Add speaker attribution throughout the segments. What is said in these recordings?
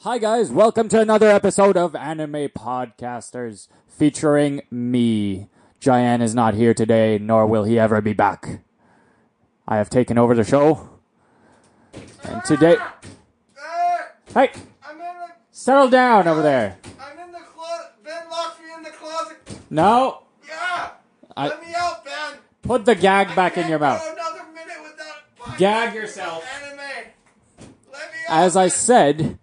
Speaker 1: Hi guys, welcome to another episode of Anime Podcasters featuring me. Jayan is not here today, nor will he ever be back. I have taken over the show. And today Hey,
Speaker 2: I'm in the,
Speaker 1: settle down over there.
Speaker 2: I'm in the closet. Ben locked me in the closet.
Speaker 1: No,
Speaker 2: Yeah.
Speaker 1: I-
Speaker 2: Let me out, Ben.
Speaker 1: put the gag back
Speaker 2: I
Speaker 1: in your
Speaker 2: can't
Speaker 1: mouth.
Speaker 2: Go another minute without podcasting
Speaker 1: Gag yourself.
Speaker 2: about Anime. Let me out.
Speaker 1: As I
Speaker 2: Ben.
Speaker 1: said,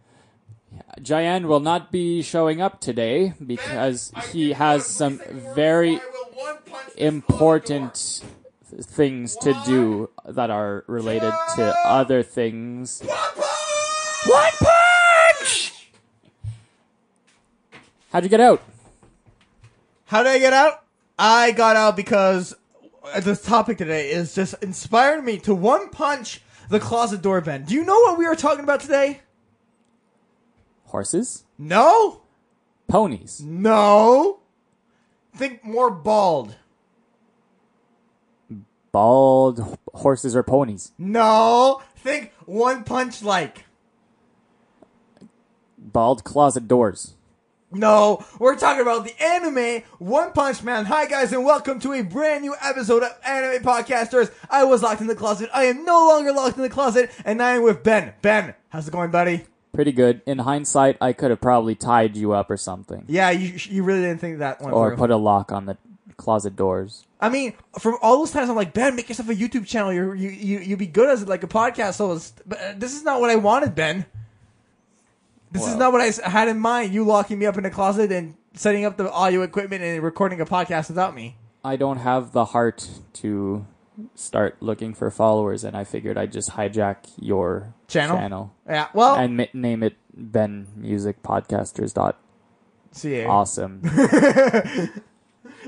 Speaker 1: Jayan will not be showing up today because
Speaker 2: I
Speaker 1: he
Speaker 2: did
Speaker 1: has
Speaker 2: not
Speaker 1: some
Speaker 2: reason for it.
Speaker 1: very
Speaker 2: I will one punch this closet
Speaker 1: important th- things to do that are related to other things.
Speaker 2: door. One punch!
Speaker 1: One punch! How'd you get out?
Speaker 3: How did I get out? I got out because this topic today is just inspired me to one punch the closet door bend. Do you know what we are talking about today?
Speaker 1: Horses?
Speaker 3: No?
Speaker 1: Ponies.
Speaker 3: No? Think more bald.
Speaker 1: Bald h- horses or ponies.
Speaker 3: No? Think one punch like.
Speaker 1: Bald closet doors.
Speaker 3: No, we're talking about the anime One Punch Man. Hi guys and welcome to a brand new episode of Anime Podcasters. I was locked in the closet. I am no longer locked in the closet and I am with Ben. Ben, how's it going, buddy?
Speaker 1: Pretty good. In hindsight, I could have probably tied you up or something.
Speaker 3: Yeah, you, you really didn't think that one
Speaker 1: Or
Speaker 3: through.
Speaker 1: Oh, put a lock on the closet doors.
Speaker 3: I mean, from all those times, I'm like, Ben, make yourself a YouTube channel. You're, you you you'd be good as like a podcast host. But uh, this is not what I wanted, Ben. This
Speaker 1: Well.
Speaker 3: is not what I s- had in mind. You locking me up in a closet and setting up the audio equipment and recording a podcast without me.
Speaker 1: I don't have the heart to start looking for followers, and I figured I'd just hijack your
Speaker 3: Channel? Yeah. Well,
Speaker 1: and ma- name it Ben Music Podcasters. Dot
Speaker 3: see.
Speaker 1: awesome.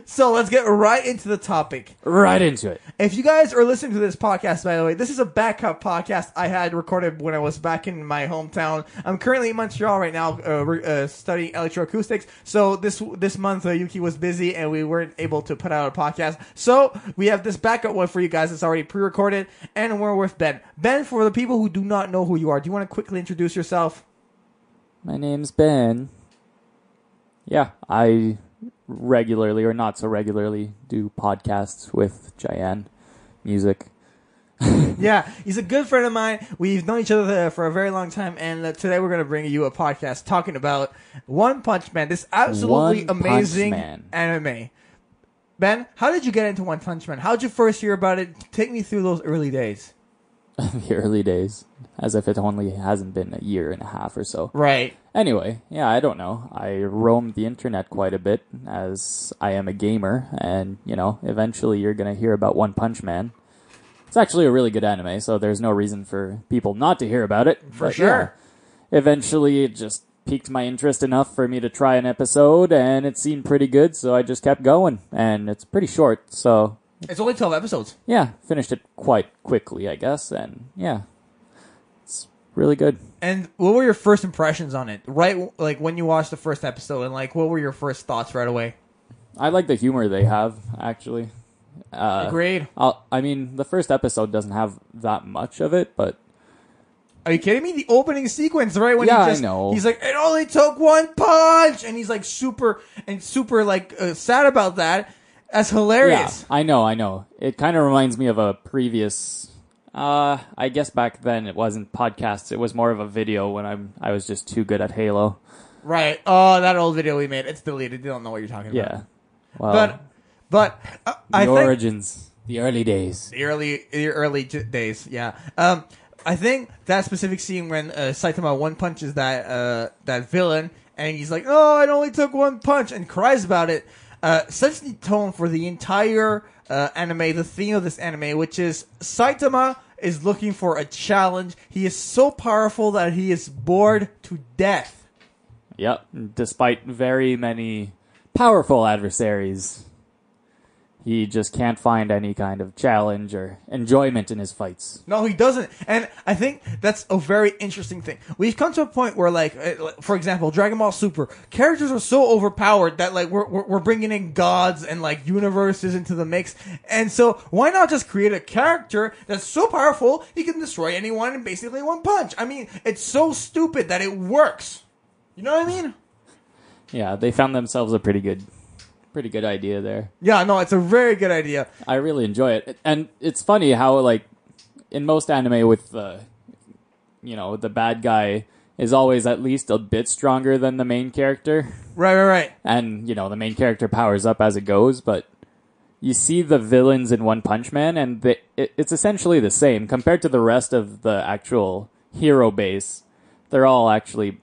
Speaker 3: So let's get right into the topic.
Speaker 1: right into it.
Speaker 3: If you guys are listening to this podcast, by the way, this is a backup podcast I had recorded when I was back in my hometown. I'm currently in Montreal right now, uh, re- uh, studying electroacoustics. So this this month, uh, Yuki was busy and we weren't able to put out a podcast. So we have this backup one for you guys. that's already pre-recorded, and we're with Ben. Ben, for the people who do not know who you are, do you want to quickly introduce yourself?
Speaker 1: My name's Ben. Yeah, I regularly or not so regularly do podcasts with Jayan Music.
Speaker 3: Yeah, he's a good friend of mine. We've known each other uh, for a very long time, and uh, today we're going to bring you a podcast talking about One Punch Man, this absolutely
Speaker 1: One Punch
Speaker 3: amazing
Speaker 1: Man.
Speaker 3: anime. Ben, how did you get into One Punch Man? How would you first hear about it? Take me through those early days.
Speaker 1: the early days, as if it only hasn't been a year and a half or so.
Speaker 3: Right.
Speaker 1: Anyway, yeah, I don't know. I roamed the internet quite a bit as I am a gamer, and you know, eventually you're gonna hear about One Punch Man. It's actually a really good anime, so there's no reason for people not to hear about it.
Speaker 3: For
Speaker 1: But,
Speaker 3: sure.
Speaker 1: yeah, eventually, it just piqued my interest enough for me to try an episode, and it seemed pretty good, so I just kept going. And it's pretty short, so
Speaker 3: It's only 12 episodes.
Speaker 1: yeah, finished it quite quickly, I guess. And yeah, it's really good.
Speaker 3: And what were your first impressions on it? Right, like when you watched the first episode, and like what were your first thoughts right away?
Speaker 1: I like the humor they have, actually. Uh,
Speaker 3: Agreed.
Speaker 1: I'll, I mean, the first episode doesn't have that much of it, but
Speaker 3: Are you kidding me? The opening sequence, right? When
Speaker 1: Yeah, I
Speaker 3: he just,
Speaker 1: know.
Speaker 3: He's like, it only took one punch, and he's like super and super like uh, sad about that. That's
Speaker 1: yeah,
Speaker 3: hilarious.
Speaker 1: I know, I know. It kind of reminds me of a previous. Uh, I guess back then it wasn't podcasts; it was more of a video when I'm I was just too good at Halo.
Speaker 3: Right? Oh, that old video we made, it's deleted. They don't know what you're talking about.
Speaker 1: Yeah, well,
Speaker 3: But but uh,
Speaker 1: the
Speaker 3: I think
Speaker 1: origins, the early days.
Speaker 3: the early the early j- days. Yeah. Um, I think that specific scene when uh, Saitama one punches that uh, that villain, and he's like, "Oh, it only took one punch," and cries about it. Uh, sets the tone for the entire uh, anime, the theme of this anime, which is Saitama is looking for a challenge. He is so powerful that he is bored to death.
Speaker 1: Yep. Despite very many powerful adversaries, He just can't find any kind of challenge or enjoyment in his fights.
Speaker 3: No, he doesn't. And I think that's a very interesting thing. We've come to a point where, like, uh, like, for example, Dragon Ball Super characters are so overpowered that like we're, we're we're bringing in gods and like universes into the mix. And so why not just create a character that's so powerful he can destroy anyone in basically one punch? I mean, it's so stupid that it works. You know what I mean?
Speaker 1: Yeah, they found themselves a pretty good, pretty good idea there.
Speaker 3: Yeah, no, it's a very good idea.
Speaker 1: I really enjoy it, and it's funny how like in most anime with the, you know, the bad guy is always at least a bit stronger than the main character,
Speaker 3: Right, right, right.
Speaker 1: and you know the main character powers up as it goes, but. You see the villains in One Punch Man, and they, it, it's essentially the same compared to the rest of the actual hero base. They're all actually,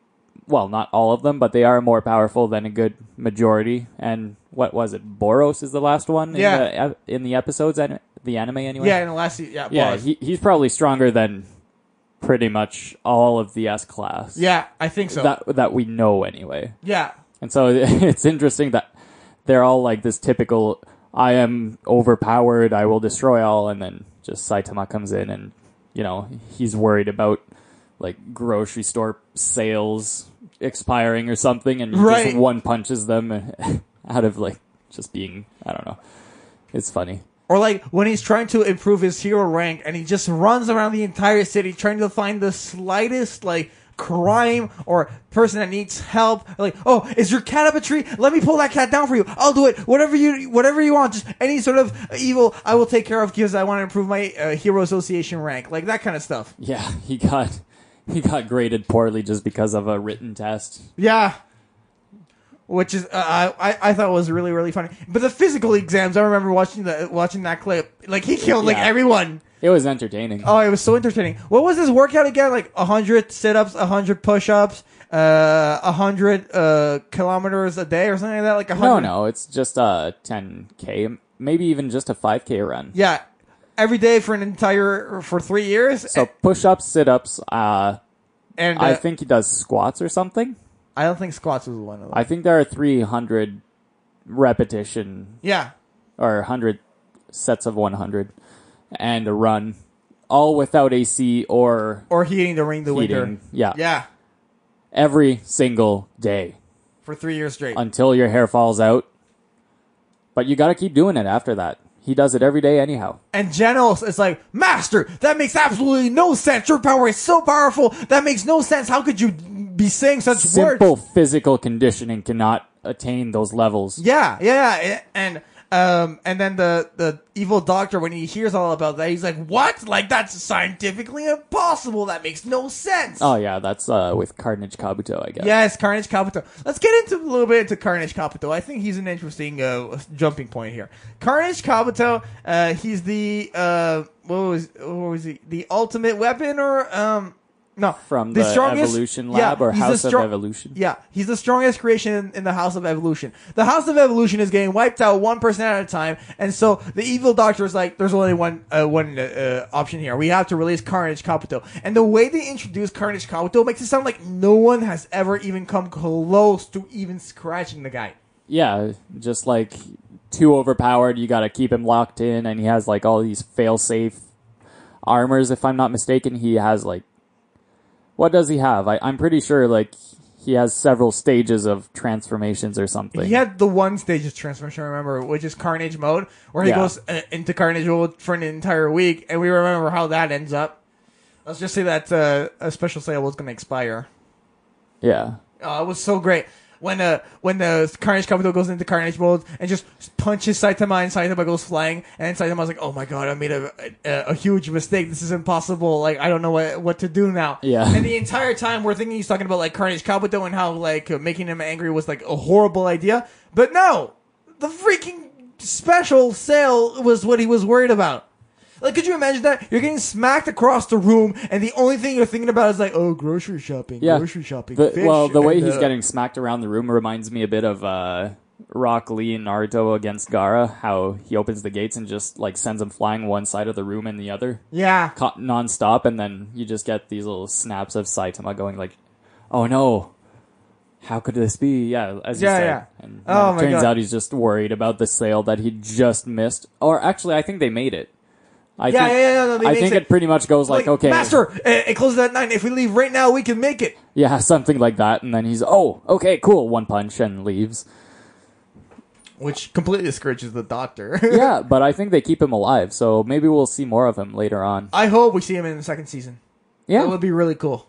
Speaker 1: well, not all of them, but they are more powerful than a good majority. And what was it? Boros is the last one.
Speaker 3: Yeah.
Speaker 1: In the, in the episodes, an- the anime anyway.
Speaker 3: Yeah, in the last se- yeah, it
Speaker 1: Yeah,
Speaker 3: was.
Speaker 1: he, he's probably stronger than pretty much all of the S class.
Speaker 3: yeah, I think so.
Speaker 1: That that we know anyway.
Speaker 3: yeah,
Speaker 1: And so it's interesting that they're all like this typical I am overpowered, I will destroy all and then just Saitama comes in and you know, he's worried about like grocery store sales expiring or something and he
Speaker 3: Right.
Speaker 1: just one punches them out of like just being I don't know. It's funny.
Speaker 3: Or like when he's trying to improve his hero rank and he just runs around the entire city trying to find the slightest like crime or person that needs help. Like, oh, is your cat up a tree? Let me pull that cat down for you. I'll do it. Whatever you whatever you want, just any sort of evil I will take care of because I want to improve my uh, hero association rank. Like that kind of stuff.
Speaker 1: Yeah, he got he got graded poorly just because of a written test.
Speaker 3: Yeah. Which is uh, I I- I thought was really really funny, but the physical exams I remember watching the watching that clip like he killed like
Speaker 1: Yeah.
Speaker 3: everyone.
Speaker 1: It was entertaining.
Speaker 3: Oh, it was so entertaining. What was his workout again? Like hundred sit-ups, hundred push-ups, uh, hundred uh, kilometers a day or something like that. Like
Speaker 1: No,
Speaker 3: 100.
Speaker 1: no, it's just a 10k, maybe even just a 5k run.
Speaker 3: Yeah, every day for an entire for three years.
Speaker 1: So push-ups, sit-ups. Uh,
Speaker 3: and uh,
Speaker 1: I think he does squats or something.
Speaker 3: I don't think squats was one of them.
Speaker 1: I think there are 300 repetition
Speaker 3: yeah,
Speaker 1: or 100 sets of 100 and a run, all without AC or
Speaker 3: or heating the ring the winter.
Speaker 1: heating. Yeah.
Speaker 3: Yeah,
Speaker 1: every single day
Speaker 3: for three years straight.
Speaker 1: until your hair falls out. But you got to keep doing it after that. He does it every day anyhow.
Speaker 3: And Genos is like, Master, that makes absolutely no sense. Your power is so powerful that makes no sense. How could you be saying such words?
Speaker 1: Simple physical conditioning cannot attain those levels.
Speaker 3: Yeah, yeah, yeah, and um, and then the the evil doctor when he hears all about that, he's like, "What? Like that's scientifically impossible. That makes no sense."
Speaker 1: Oh yeah, that's uh, with Carnage Kabuto, I guess.
Speaker 3: Yes, Carnage Kabuto. Let's get into a little bit into Carnage Kabuto. I think he's an interesting uh, jumping point here. Carnage Kabuto, uh, he's the uh, what was what was he? The ultimate weapon or um no
Speaker 1: From the Evolution Lab or
Speaker 3: he's the
Speaker 1: House of
Speaker 3: strong-
Speaker 1: Evolution?
Speaker 3: Yeah, he's the strongest creation in, in the House of Evolution. The House of Evolution is getting wiped out one person at a time, and so the evil doctor is like, "There's only one uh, one uh, uh, option here. We have to release Carnage Kabuto." And the way they introduce Carnage Kabuto makes it sound like no one has ever even come close to even scratching the guy.
Speaker 1: Yeah, just like too overpowered. You got to keep him locked in, and he has like all these fail-safe armors. If I'm not mistaken, he has like what does he have? I, I'm pretty sure like he has several stages of transformations or something.
Speaker 3: He had the one stage of transformation I remember, which is Carnage mode, where he
Speaker 1: Yeah.
Speaker 3: goes uh, into Carnage mode for an entire week, and we remember how that ends up. Let's just say that uh, a special sale was going to expire.
Speaker 1: yeah.
Speaker 3: Oh, it was so great. When uh when the Carnage Kabuto goes into Carnage mode and just punches Saitama and Saitama goes flying and Saitama's like, oh my god, I made a a, a huge mistake. This is impossible. Like I don't know what what to do now.
Speaker 1: Yeah.
Speaker 3: And the entire time we're thinking he's talking about like Carnage Kabuto and how like uh, making him angry was like a horrible idea, but no, the freaking special sale was what he was worried about. Like, could you imagine that? You're getting smacked across the room, and the only thing you're thinking about is like, oh, grocery shopping,
Speaker 1: Yeah.
Speaker 3: grocery shopping.
Speaker 1: The-
Speaker 3: fish,
Speaker 1: well, the way
Speaker 3: and,
Speaker 1: he's
Speaker 3: uh,
Speaker 1: getting smacked around the room reminds me a bit of uh, Rock Lee and Naruto against Gara. How he opens the gates and just like sends him flying one side of the room and the other.
Speaker 3: Yeah.
Speaker 1: co- non-stop and then you just get these little snaps of Saitama going like, "Oh no. how could this be? Yeah, as
Speaker 3: Yeah,
Speaker 1: you said.
Speaker 3: yeah.
Speaker 1: And
Speaker 3: Oh
Speaker 1: then it
Speaker 3: my
Speaker 1: turns
Speaker 3: God.
Speaker 1: out he's just worried about the sale that he just missed. Or actually, I think they made it. I
Speaker 3: Yeah,
Speaker 1: think,
Speaker 3: yeah, yeah, no, they
Speaker 1: I
Speaker 3: made
Speaker 1: think
Speaker 3: it.
Speaker 1: it pretty much goes like, okay,
Speaker 3: Master, eh, it, it closes at nine. If we leave right now, we can make it.
Speaker 1: yeah, something like that. And then he's, oh, okay, cool, one punch and leaves.
Speaker 3: Which completely discourages the doctor.
Speaker 1: yeah, but I think they keep him alive, so maybe we'll see more of him later on.
Speaker 3: I hope we see him in the second season.
Speaker 1: Yeah,
Speaker 3: That would be really cool.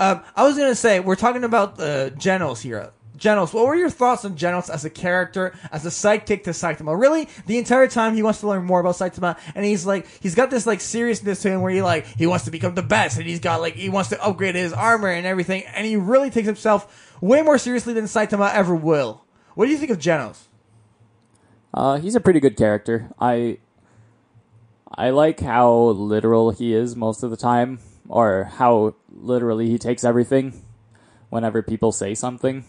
Speaker 3: Um, I was gonna say we're talking about uh, Genos here. Genos, what were your thoughts on Genos as a character, as a sidekick to Saitama? Really, the entire time he wants to learn more about Saitama, and he's like, he's got this like seriousness to him where he like he wants to become the best, and he's got like he wants to upgrade his armor and everything, and he really takes himself way more seriously than Saitama ever will. What do you think of Genos?
Speaker 1: Uh, he's a pretty good character. I I like how literal he is most of the time, or how literally he takes everything whenever people say something.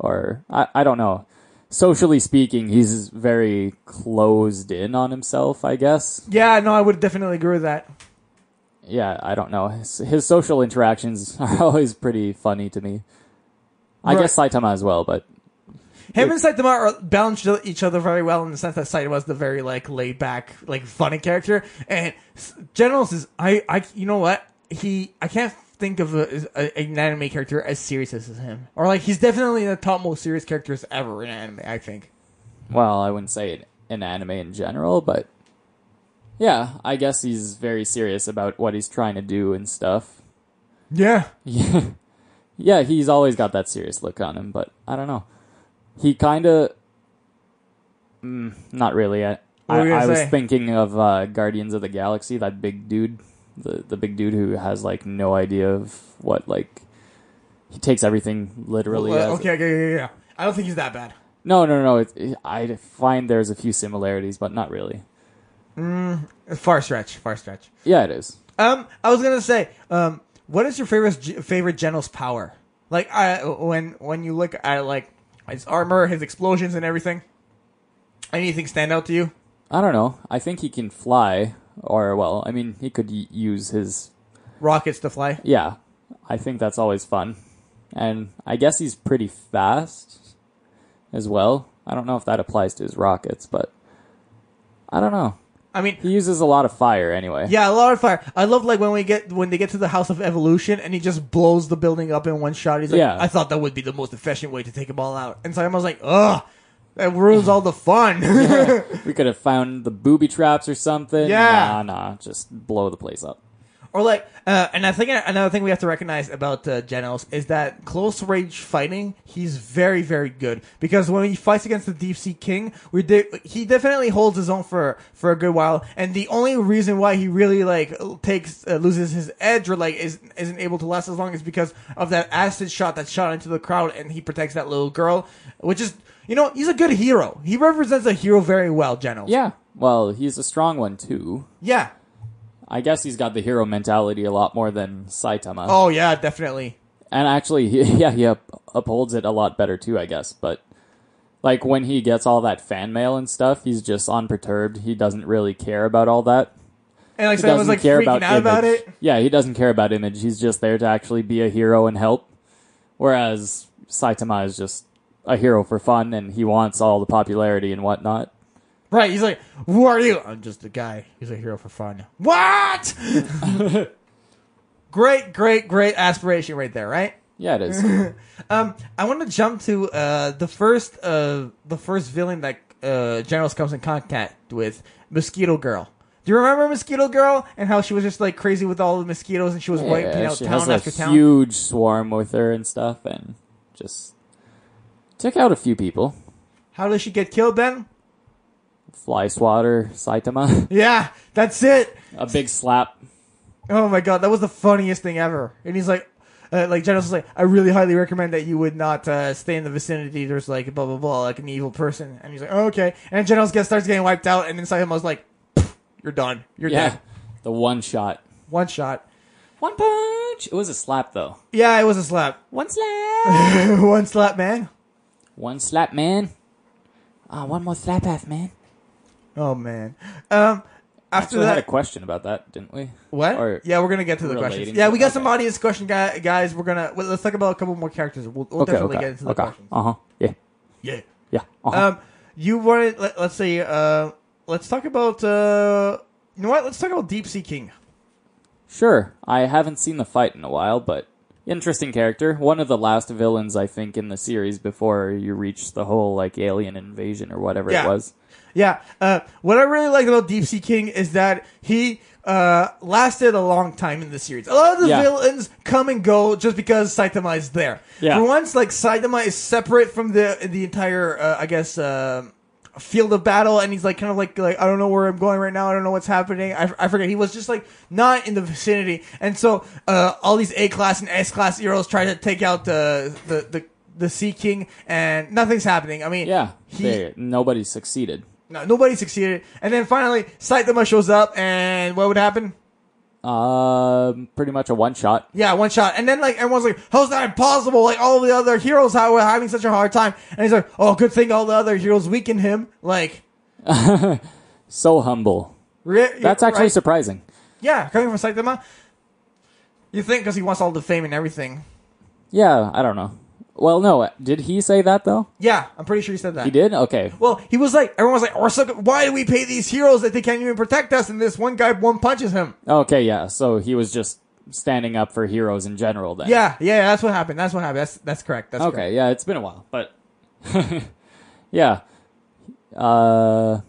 Speaker 1: Or I, I don't know. Socially speaking, he's very closed in on himself, I guess.
Speaker 3: Yeah, no, I would definitely agree with that.
Speaker 1: Yeah, I don't know. His, his social interactions are always pretty funny to me. I
Speaker 3: Right.
Speaker 1: guess Saitama as well, but
Speaker 3: Him and Saitama are balanced each other very well in the sense that Saitama is the very like laid back, like funny character, and S- Generals is I I you know what he I can't think of a, a, an anime character as serious as him, or like he's definitely the top most serious characters ever in anime. I think.
Speaker 1: well, I wouldn't say it in anime in general, but yeah, I guess he's very serious about what he's trying to do and stuff.
Speaker 3: Yeah.
Speaker 1: Yeah, yeah, he's always got that serious look on him, but I don't know. He kind of, mm, not really. I,
Speaker 3: What were
Speaker 1: I,
Speaker 3: you gonna
Speaker 1: I was
Speaker 3: say?
Speaker 1: thinking of uh, Guardians of the Galaxy, that big dude, the the big dude who has like no idea of what like he takes everything literally.
Speaker 3: Well, uh,
Speaker 1: as,
Speaker 3: okay. Yeah. Yeah. Yeah. I don't think he's that bad.
Speaker 1: No, no, no. It, it, I find there's a few similarities, but not really.
Speaker 3: Far stretch. Far stretch.
Speaker 1: Yeah, it is.
Speaker 3: Um, I was gonna say, um, what is your favorite favorite General's power? Like, I when when you look at like his armor, his explosions, and everything. Anything stand out to you?
Speaker 1: I don't know. I think he can fly, or well, I mean, he could y- use his.
Speaker 3: Rockets to fly.
Speaker 1: Yeah, I think that's always fun, and I guess he's pretty fast as well. I don't know if that applies to his rockets, but I don't know.
Speaker 3: I mean,
Speaker 1: He uses a lot of fire anyway.
Speaker 3: yeah, a lot of fire. I love like when we get when they get to the House of Evolution and he just blows the building up in one shot. He's like,
Speaker 1: Yeah.
Speaker 3: I thought that would be the most efficient way to take them all out. And so I was like, ugh, that ruins all the fun.
Speaker 1: we could have found the booby traps or something.
Speaker 3: Yeah.
Speaker 1: nah, nah, just blow the place up.
Speaker 3: Or like, uh, and I think another thing we have to recognize about uh, Genos is that close range fighting, he's very very good because when he fights against the Deep Sea King, we de- he definitely holds his own for for a good while. And the only reason why he really like takes uh, loses his edge or like is, isn't able to last as long is because of that acid shot that shot into the crowd, and he protects that little girl, which is you know he's a good hero. He represents a hero very well, Genos.
Speaker 1: Yeah. Well, he's a strong one too.
Speaker 3: Yeah.
Speaker 1: I guess he's got the hero mentality a lot more than Saitama.
Speaker 3: Oh yeah, definitely.
Speaker 1: And actually, he, yeah, he up, upholds it a lot better too, I guess. But like when he gets all that fan mail and stuff, he's just unperturbed. He doesn't really care about all that.
Speaker 3: And like
Speaker 1: He
Speaker 3: so I
Speaker 1: doesn't
Speaker 3: was like
Speaker 1: care
Speaker 3: freaking
Speaker 1: about
Speaker 3: out
Speaker 1: image.
Speaker 3: about it.
Speaker 1: Yeah, he doesn't care about image. He's just there to actually be a hero and help. Whereas Saitama is just a hero for fun, and he wants all the popularity and whatnot.
Speaker 3: Right, he's like, "Who are you?" I'm just a guy. He's a hero for fun. What? great, great, great aspiration right there, right?
Speaker 1: Yeah, it is.
Speaker 3: Um, I want to jump to uh the first uh the first villain that uh Generals comes in contact with, Mosquito Girl. Do you remember Mosquito Girl and how she was just like crazy with all the mosquitoes and she was wiping
Speaker 1: yeah,
Speaker 3: out
Speaker 1: she
Speaker 3: town
Speaker 1: has
Speaker 3: after
Speaker 1: a
Speaker 3: town?
Speaker 1: huge swarm with her and stuff, and just took out a few people.
Speaker 3: how does she get killed then?
Speaker 1: Fly swatter Saitama,
Speaker 3: Yeah, that's it.
Speaker 1: a big slap.
Speaker 3: Oh my god, that was the funniest thing ever. And he's like, uh, like Genos was like, I really highly recommend that you would not uh, stay in the vicinity. There's like blah blah blah, like an evil person. And he's like, oh, okay. And Genos gets starts getting wiped out, and inside him I was like, you're done, you're
Speaker 1: Yeah,
Speaker 3: dead,
Speaker 1: the one shot.
Speaker 3: one shot.
Speaker 1: One punch. It was a slap though.
Speaker 3: Yeah, it was a slap,
Speaker 1: One slap.
Speaker 3: one slap, man.
Speaker 1: one slap, man. Ah, one more slap half, man.
Speaker 3: Oh man. Um, after
Speaker 1: Actually, had a
Speaker 3: that,
Speaker 1: question about that, didn't we?
Speaker 3: what?
Speaker 1: Or,
Speaker 3: yeah, we're gonna get to the
Speaker 1: relating
Speaker 3: questions.
Speaker 1: to
Speaker 3: Yeah,
Speaker 1: it?
Speaker 3: we got
Speaker 1: Okay.
Speaker 3: some audience question, guy, guys. We're gonna well, let's talk about a couple more characters. We'll, we'll
Speaker 1: okay,
Speaker 3: definitely
Speaker 1: okay,
Speaker 3: get into the
Speaker 1: okay.
Speaker 3: questions.
Speaker 1: Uh huh. Yeah,
Speaker 3: Yeah.
Speaker 1: yeah. Uh-huh.
Speaker 3: Um, you wanted let, let's say uh, let's talk about uh, you know what? Let's talk about Deep Sea King.
Speaker 1: Sure. I haven't seen the fight in a while, but interesting character. One of the last villains, I think, in the series before you reach the whole like alien invasion or whatever
Speaker 3: Yeah.
Speaker 1: it was.
Speaker 3: Yeah. Uh, what I really like about Deep Sea King is that he uh, lasted a long time in the series. A lot of the
Speaker 1: Yeah.
Speaker 3: villains come and go just because Saitama is there.
Speaker 1: Yeah.
Speaker 3: For once, like Saitama is separate from the the entire, uh, I guess. um field of battle and he's like kind of like like i don't know where i'm going right now i don't know what's happening i, I forget he was just like not in the vicinity and so uh all these a class and s class heroes try to take out the the the, the sea king and nothing's happening i mean
Speaker 1: Yeah.
Speaker 3: he,
Speaker 1: they, nobody succeeded.
Speaker 3: no, nobody succeeded. And then finally, Saitama shows up, and what would happen?
Speaker 1: Um, pretty much a one shot.
Speaker 3: Yeah, one shot. And then, like, everyone's like, how's that impossible? Like, all the other heroes how were having such a hard time. And he's like, oh, good thing all the other heroes weaken him. Like,
Speaker 1: So humble.
Speaker 3: re-
Speaker 1: That's actually
Speaker 3: right?
Speaker 1: surprising.
Speaker 3: Yeah, coming from Saitama. You think because he wants all the fame and everything.
Speaker 1: Yeah, I don't know. Well, no, did he say that though?
Speaker 3: Yeah, I'm pretty sure he said that.
Speaker 1: He did. Okay.
Speaker 3: Well, he was like, everyone was like, "We're so good. why do we pay these heroes that they can't even protect us? And this one guy one punches him.
Speaker 1: Okay. Yeah. So he was just standing up for heroes in general then.
Speaker 3: Yeah, yeah, that's what happened. That's what happened. That's that's correct. That's correct.
Speaker 1: Okay, yeah, it's been a while, but yeah. Uh, hmm.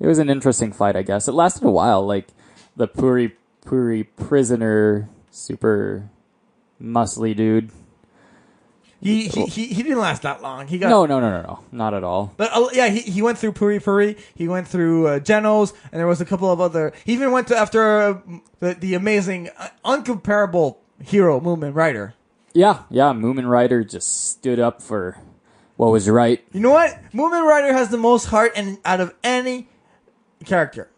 Speaker 1: It was an interesting fight, I guess. It lasted a while. Like the Puri Puri prisoner, super muscly dude.
Speaker 3: He, he he he didn't last that long. He got
Speaker 1: No, no, no, no, no, not at all.
Speaker 3: But uh, yeah, he, he went through Puri Puri. He went through uh, Genos, and there was a couple of other. He even went to after uh, the the amazing, uh, uncomparable hero movement rider.
Speaker 1: Yeah, yeah. Moomin Rider just stood up for what was right.
Speaker 3: You know what? Movement rider has the most heart and out of any character.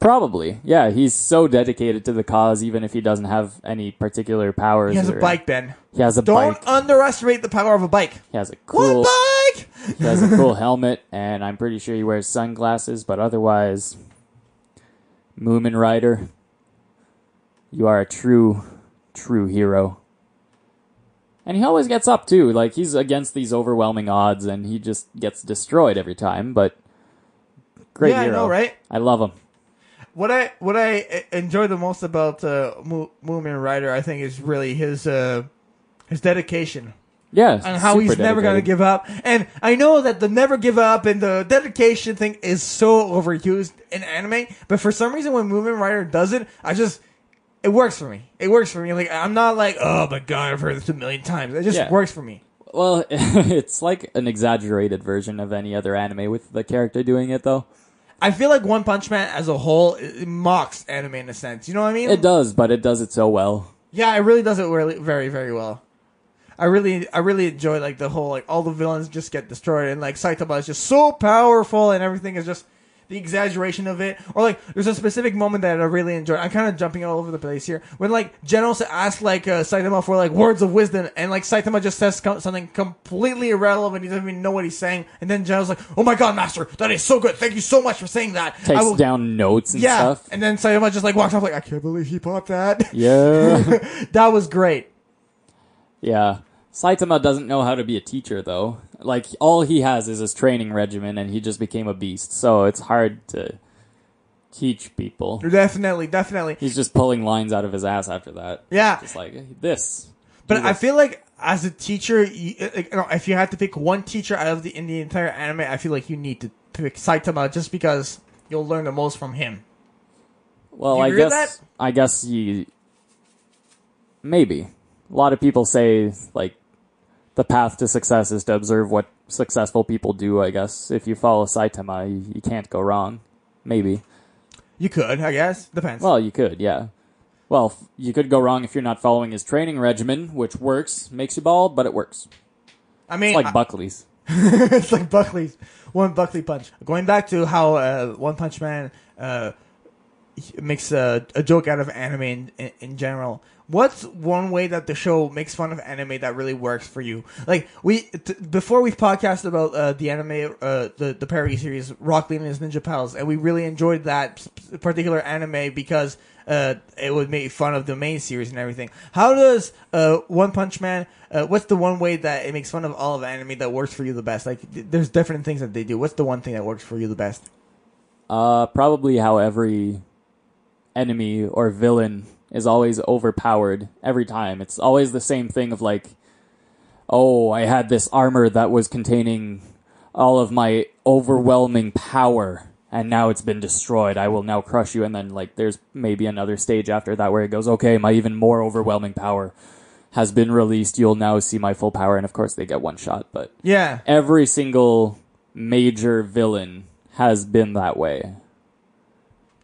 Speaker 1: Probably, yeah. He's so dedicated to the cause, even if he doesn't have any particular powers.
Speaker 3: He has a
Speaker 1: or-
Speaker 3: bike, Ben.
Speaker 1: He has a
Speaker 3: Don't
Speaker 1: bike.
Speaker 3: underestimate the power of a bike.
Speaker 1: He has a
Speaker 3: One
Speaker 1: cool.
Speaker 3: bike.
Speaker 1: He has a cool helmet, and I'm pretty sure he wears sunglasses, but otherwise, Moomin Rider, you are a true, true hero. And he always gets up, too. Like, he's against these overwhelming odds, and he just gets destroyed every time, but great
Speaker 3: Yeah, I
Speaker 1: hero.
Speaker 3: know, right?
Speaker 1: I love him.
Speaker 3: What I what I uh, enjoy the most about uh, Mo- Movement Rider, I think, is really his uh, his dedication.
Speaker 1: Yeah.
Speaker 3: and how he's never going to give up. And I know that the never give up and the dedication thing is so overused in anime, but for some reason, when Movement Rider does it, I just it works for me. It works for me. Like I'm not like, oh my god, I've heard this a million times. It just
Speaker 1: Yeah.
Speaker 3: works for me.
Speaker 1: Well, it's like an exaggerated version of any other anime with the character doing it, though.
Speaker 3: I feel like One Punch Man as a whole it mocks anime in a sense. You know what I mean?
Speaker 1: It does, but it does it so well.
Speaker 3: Yeah, it really does it really very very well. I really I really enjoy like the whole like all the villains just get destroyed and like Saitama is just so powerful and everything is just the exaggeration of it or like there's a specific moment that I really enjoy. I'm kind of jumping all over the place here when like Genos asks like uh, Saitama for like words of wisdom and like Saitama just says co- something completely irrelevant. He doesn't even know what he's saying and then Genos like, "Oh my god, master, that is so good. Thank you so much for saying that."
Speaker 1: Takes
Speaker 3: I will-
Speaker 1: down notes and
Speaker 3: yeah,
Speaker 1: stuff.
Speaker 3: and then Saitama just like walks off like, "I can't believe he bought that."
Speaker 1: Yeah.
Speaker 3: that was great.
Speaker 1: Yeah. Saitama doesn't know how to be a teacher though. Like all he has is his training regimen and he just became a beast. So it's hard to teach people.
Speaker 3: Definitely, definitely.
Speaker 1: He's just pulling lines out of his ass after that.
Speaker 3: Yeah.
Speaker 1: Just like this.
Speaker 3: But
Speaker 1: do
Speaker 3: I
Speaker 1: this.
Speaker 3: feel like as a teacher, you, uh, like, you know, if you had to pick one teacher out of the in the entire anime, I feel like you need to pick Saitama just because you'll learn the most from him.
Speaker 1: Well,
Speaker 3: you
Speaker 1: I
Speaker 3: agree with
Speaker 1: guess I guess you maybe. A lot of people say like the path to success is to observe what successful people do, I guess. If you follow Saitama, you, you can't go wrong. Maybe.
Speaker 3: You could, I guess. Depends.
Speaker 1: Well, you could, yeah. Well, f- you could go wrong if you're not following his training regimen, which works, makes you bald, but it works.
Speaker 3: I mean,
Speaker 1: It's like Buckley's.
Speaker 3: it's like Buckley's one Buckley punch. Going back to how uh, One Punch Man uh, he makes a, a joke out of anime in, in, in general. what's one way that the show makes fun of anime that really works for you? Like we t- before we've podcasted about uh, the anime, uh, the the parody series Rock Lee and His Ninja Pals, and we really enjoyed that s- particular anime because uh, it would make fun of the main series and everything. How does uh, One Punch Man? Uh, what's the one way that it makes fun of all of anime that works for you the best? Like, th- there's different things that they do. What's the one thing that works for you the best?
Speaker 1: Uh, probably how every enemy or villain is always overpowered every time. It's always the same thing of like, oh, I had this armor that was containing all of my overwhelming power, and now it's been destroyed. I will now crush you. And then, like, there's maybe another stage after that where it goes, okay, my even more overwhelming power has been released. You'll now see my full power. And of course, they get one shot, but
Speaker 3: Yeah,
Speaker 1: every single major villain has been that way.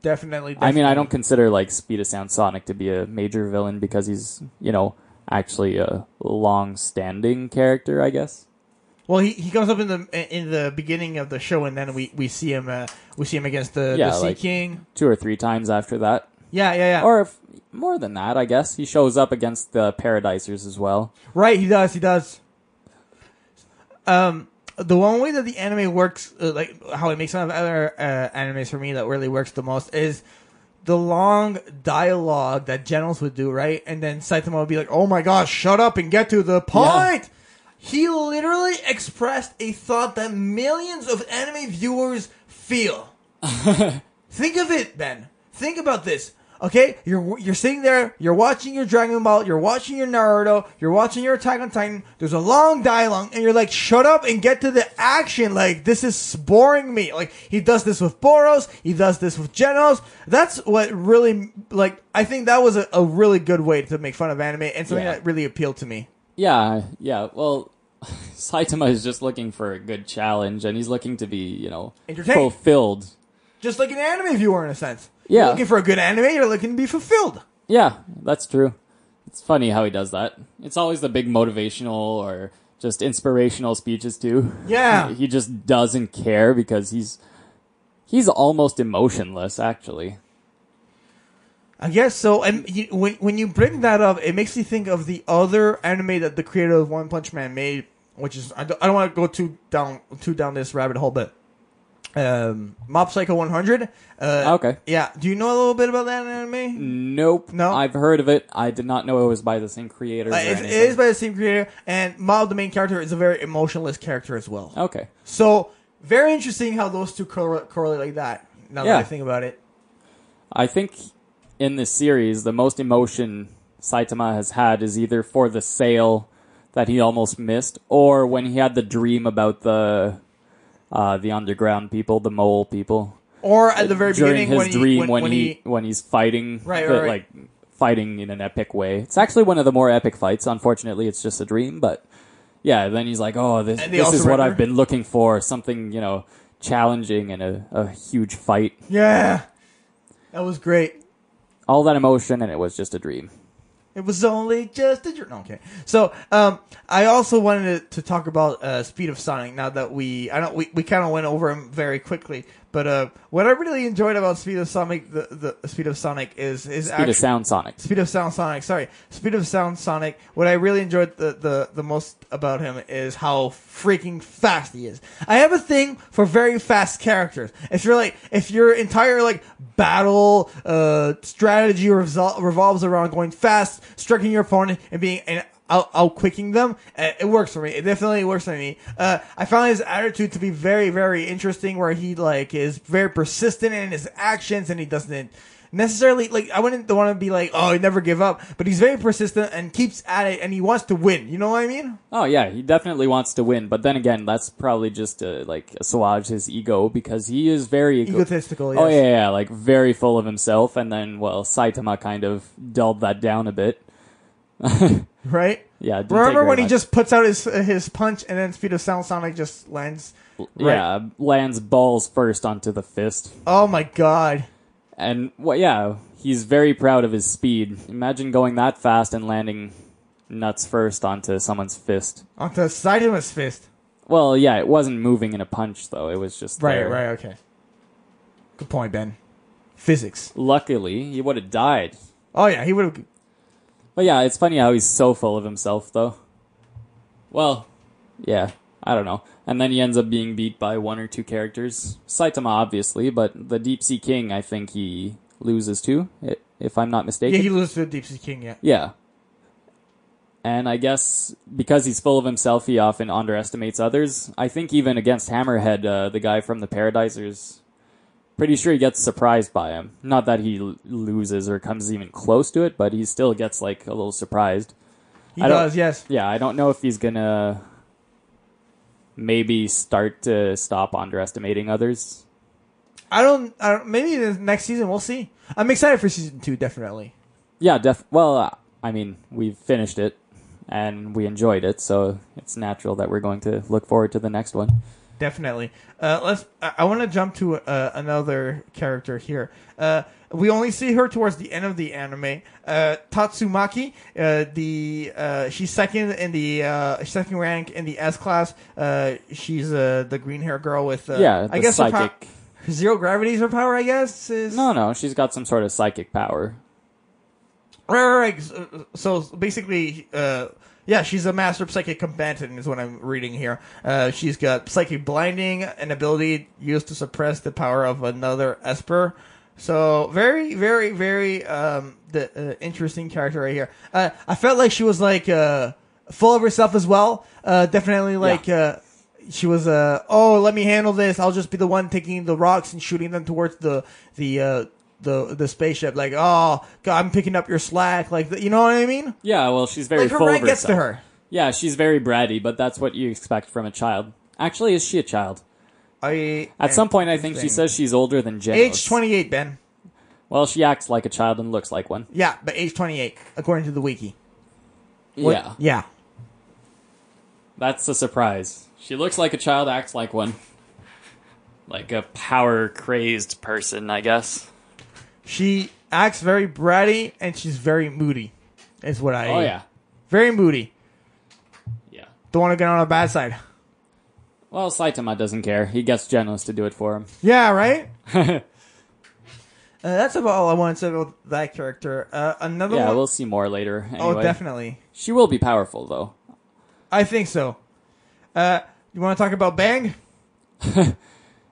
Speaker 3: definitely.
Speaker 1: I mean, I
Speaker 3: definitely.
Speaker 1: don't consider like Speed of Sound Sonic to be a major villain because he's, you know, actually a long-standing character, I guess.
Speaker 3: Well, he, he comes up in the in the beginning of the show, and then we, we see him uh, we see him against the,
Speaker 1: Yeah,
Speaker 3: the Sea
Speaker 1: like-
Speaker 3: King.
Speaker 1: Two or three times after that,
Speaker 3: Yeah, yeah, yeah.
Speaker 1: or if, more than that, I guess he shows up against the Paradisers as well.
Speaker 3: Right, he does. He does. Um, the one way that the anime works, uh, like how it makes fun of other uh, animes for me that really works the most is the long dialogue that Generals would do, right? And then Saitama would be like, "Oh my gosh, shut up and get to the point." He literally expressed a thought that millions of anime viewers feel. Think of it, Ben. Think about this. Okay, you're you're sitting there, you're watching your Dragon Ball, you're watching your Naruto, you're watching your Attack on Titan. There's a long dialogue, and you're like, "Shut up and get to the action!" Like this is boring me. Like he does this with Boros, he does this with Genos. That's what really like. I think that was a, a really good way to make fun of anime, and something
Speaker 1: Yeah.
Speaker 3: that really appealed to me.
Speaker 1: Yeah, yeah. Well, Saitama is just looking for a good challenge, and he's looking to be, you know,
Speaker 3: Entertained.
Speaker 1: fulfilled.
Speaker 3: Just like an anime viewer, in a sense.
Speaker 1: Yeah.
Speaker 3: You're looking for a good anime, you're looking to be fulfilled.
Speaker 1: Yeah, that's true. It's funny how he does that. It's always the big motivational or just inspirational speeches too.
Speaker 3: Yeah.
Speaker 1: he just doesn't care because he's he's almost emotionless actually.
Speaker 3: I guess so. And you, when when you bring that up, it makes me think of the other anime that the creator of One Punch Man made, which is I don't, I don't want to go too down too down this rabbit hole, but um, Mob Psycho 100. Uh,
Speaker 1: Okay. Mm,
Speaker 3: Yeah. Do you know a little bit about that anime?
Speaker 1: Nope.
Speaker 3: No?
Speaker 1: I've heard of it. I did not know it was by the same creator.
Speaker 3: Uh,
Speaker 1: or
Speaker 3: it's, it
Speaker 1: anything.
Speaker 3: is by the same creator, and Mob, the main character, is a very emotionless character as well.
Speaker 1: okay.
Speaker 3: So very interesting how those two corre- correlate like that. Now that
Speaker 1: Yeah.
Speaker 3: I think about it.
Speaker 1: I think in this series, the most emotion Saitama has had is either for the sale that he almost missed, or when he had the dream about the uh, the underground people, the mole people.
Speaker 3: Or at the very
Speaker 1: During
Speaker 3: beginning,
Speaker 1: his
Speaker 3: when he-
Speaker 1: dream,
Speaker 3: when,
Speaker 1: when,
Speaker 3: when
Speaker 1: he, when he's fighting,
Speaker 3: Right,
Speaker 1: the-
Speaker 3: right, right.
Speaker 1: like fighting in an epic way. It's actually one of the more epic fights. Unfortunately, it's just a dream, but yeah. Then he's like, "Oh, this
Speaker 3: And they
Speaker 1: this
Speaker 3: also
Speaker 1: is what
Speaker 3: remember-
Speaker 1: I've been looking for. Something you know, challenging and a, a huge fight.
Speaker 3: yeah, that was great.
Speaker 1: All that emotion, and it was just a dream."
Speaker 3: It was only just a dr- no, okay. So, um, I also wanted to, to talk about uh, Speed of Sonic. Now that we, I don't, we, we kind of went over him very quickly. But uh, what I really enjoyed about Speed of Sonic, the, the Speed of Sonic is is
Speaker 1: Speed
Speaker 3: actually
Speaker 1: of Sound Sonic.
Speaker 3: Speed of Sound Sonic. Sorry, Speed of Sound Sonic. What I really enjoyed the, the, the most about him is how freaking fast he is. I have a thing for very fast characters. If you're like, if your entire like battle uh, strategy resol- revolves around going fast, striking your opponent, and being and out outquicking them, uh, it works for me. It definitely works for me. Uh, I found his attitude to be very very interesting, where he like is very persistent in his actions, and he doesn't necessarily like I wouldn't want to be like, oh, I never give up. But he's very persistent and keeps at it, and he wants to win. You know what I mean?
Speaker 1: Oh yeah, he definitely wants to win, but then again, that's probably just to like assuage his ego because he is very ego-
Speaker 3: Egotistical,
Speaker 1: Oh
Speaker 3: yes.
Speaker 1: yeah, yeah, yeah, like very full of himself, and then well, Saitama kind of dulled that down a bit.
Speaker 3: Right?
Speaker 1: Yeah, it didn't take
Speaker 3: Remember
Speaker 1: very
Speaker 3: when he
Speaker 1: much.
Speaker 3: just puts out his his punch, and then Speed of Sound Sonic just lands?
Speaker 1: yeah lands balls first onto the fist,
Speaker 3: Oh my god!
Speaker 1: and well, yeah, he's very proud of his speed. Imagine going that fast and landing nuts first onto someone's fist.
Speaker 3: Onto the side of his fist.
Speaker 1: Well, yeah, it wasn't moving in a punch though; it was just
Speaker 3: Right,
Speaker 1: there.
Speaker 3: right, okay. Good point, Ben. Physics.
Speaker 1: Luckily, he would have died.
Speaker 3: Oh yeah, he would have.
Speaker 1: But yeah, it's funny how he's so full of himself, though. Well, yeah, I don't know. And then he ends up being beat by one or two characters. Saitama, obviously, but the Deep Sea King, I think he loses to, i- if I'm not
Speaker 3: Yeah,
Speaker 1: mistaken.
Speaker 3: he loses to the Deep Sea King. Yeah.
Speaker 1: Yeah. And I guess because he's full of himself, he often underestimates others. I think even against Hammerhead, uh, the guy from the Paradisers, pretty sure he gets surprised by him. Not that he l- loses or comes even close to it, but he still gets like a little surprised.
Speaker 3: He
Speaker 1: I don't-
Speaker 3: does. Yes.
Speaker 1: Yeah, I don't know if he's gonna maybe start to stop underestimating others.
Speaker 3: I don't. I don't maybe the next season we'll see. I'm excited for season two. Definitely.
Speaker 1: Yeah, def. Well, uh, I mean, we've finished it and we enjoyed it, so it's natural that we're going to look forward to the next one.
Speaker 3: Definitely. Uh, let's. I, I want to jump to uh, another character here. Uh, we only see her towards the end of the anime. Uh, Tatsumaki, uh, the uh, she's second in the uh, second rank in the S class. Uh, she's uh, the green hair girl with uh,
Speaker 1: yeah, the
Speaker 3: I guess her pow-
Speaker 1: psychic.
Speaker 3: zero gravity is her power. I guess is
Speaker 1: No, no, she's got some sort of psychic power.
Speaker 3: Right, right, right. So- So basically, uh, yeah, she's a master psychic combatant, is what I'm reading here. Uh, she's got psychic blinding, an ability used to suppress the power of another Esper. So very, very, very um, the uh, interesting character right here. Uh, I felt like she was like uh, full of herself as well. Uh, definitely like uh, she was uh, oh, let me handle this. I'll just be the one taking the rocks and shooting them towards the the uh, the the spaceship. Like oh, God, I'm picking up your slack. Like you know what I mean?
Speaker 1: Yeah, well, she's very
Speaker 3: Like her
Speaker 1: full of
Speaker 3: rank gets to
Speaker 1: herself.
Speaker 3: her.
Speaker 1: Yeah, she's very bratty, but that's what you expect from a child. Actually, is she a child?
Speaker 3: I
Speaker 1: At some point, I think she
Speaker 3: Interesting.
Speaker 1: says she's older than Genos.
Speaker 3: Eh, age 28, Ben.
Speaker 1: Well, she acts like a child and looks like one.
Speaker 3: Yeah, but age 28 according to the wiki.
Speaker 1: Yeah,
Speaker 3: Yeah.
Speaker 1: that's a surprise. She looks like a child, acts like one. Like a power crazed person, I guess.
Speaker 3: She acts very bratty and she's very moody. Is what I
Speaker 1: Oh, yeah.
Speaker 3: Very moody.
Speaker 1: Yeah.
Speaker 3: Don't want to get on her bad side.
Speaker 1: Well, Saitama doesn't care. He gets Genos to do it for him.
Speaker 3: Yeah, right? Uh, that's about all I wanted to say about that character. Uh, another
Speaker 1: yeah,
Speaker 3: one.
Speaker 1: we'll see more later. Anyway.
Speaker 3: Oh, definitely.
Speaker 1: She will be powerful, though.
Speaker 3: I think so. Uh, you want to talk about Bang?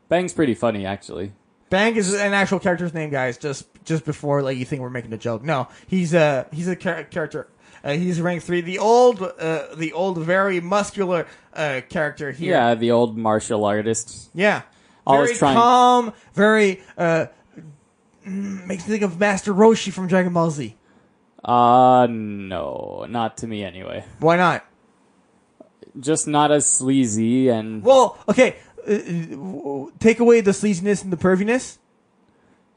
Speaker 1: Bang's pretty funny, actually.
Speaker 3: Bang is an actual character's name, guys. Just just before like you think we're making a joke. No, he's a he's a char- character. Uh, he's rank three. The old uh, the old very muscular uh, character here.
Speaker 1: Yeah, the old martial artist.
Speaker 3: Yeah.
Speaker 1: Always
Speaker 3: very
Speaker 1: trying-
Speaker 3: calm, very uh mm, makes me think of Master Roshi from Dragon Ball Z.
Speaker 1: Uh, no, not to me anyway.
Speaker 3: Why not?
Speaker 1: Just not as sleazy and
Speaker 3: Well, okay, uh, uh, w- take away the sleaziness and the perviness.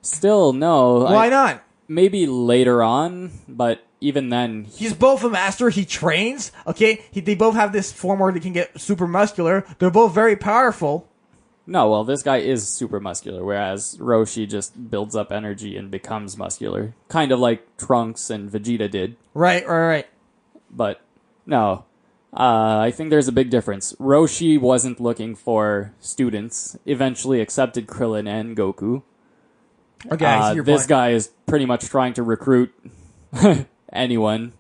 Speaker 1: still no.
Speaker 3: Why
Speaker 1: I-
Speaker 3: not?
Speaker 1: Maybe later on, but even then,
Speaker 3: He's both a master. He trains. Okay, he, they both have this form where they can get super muscular. They're both very powerful.
Speaker 1: no. Well, this guy is super muscular, whereas Roshi just builds up energy and becomes muscular, kind of like Trunks and Vegeta did.
Speaker 3: Right, right, right.
Speaker 1: but no. Uh, I think there's a big difference. Roshi wasn't looking for students, eventually accepted Krillin and Goku.
Speaker 3: Okay, I
Speaker 1: Uh,
Speaker 3: see your
Speaker 1: this
Speaker 3: point.
Speaker 1: guy is pretty much trying to recruit anyone,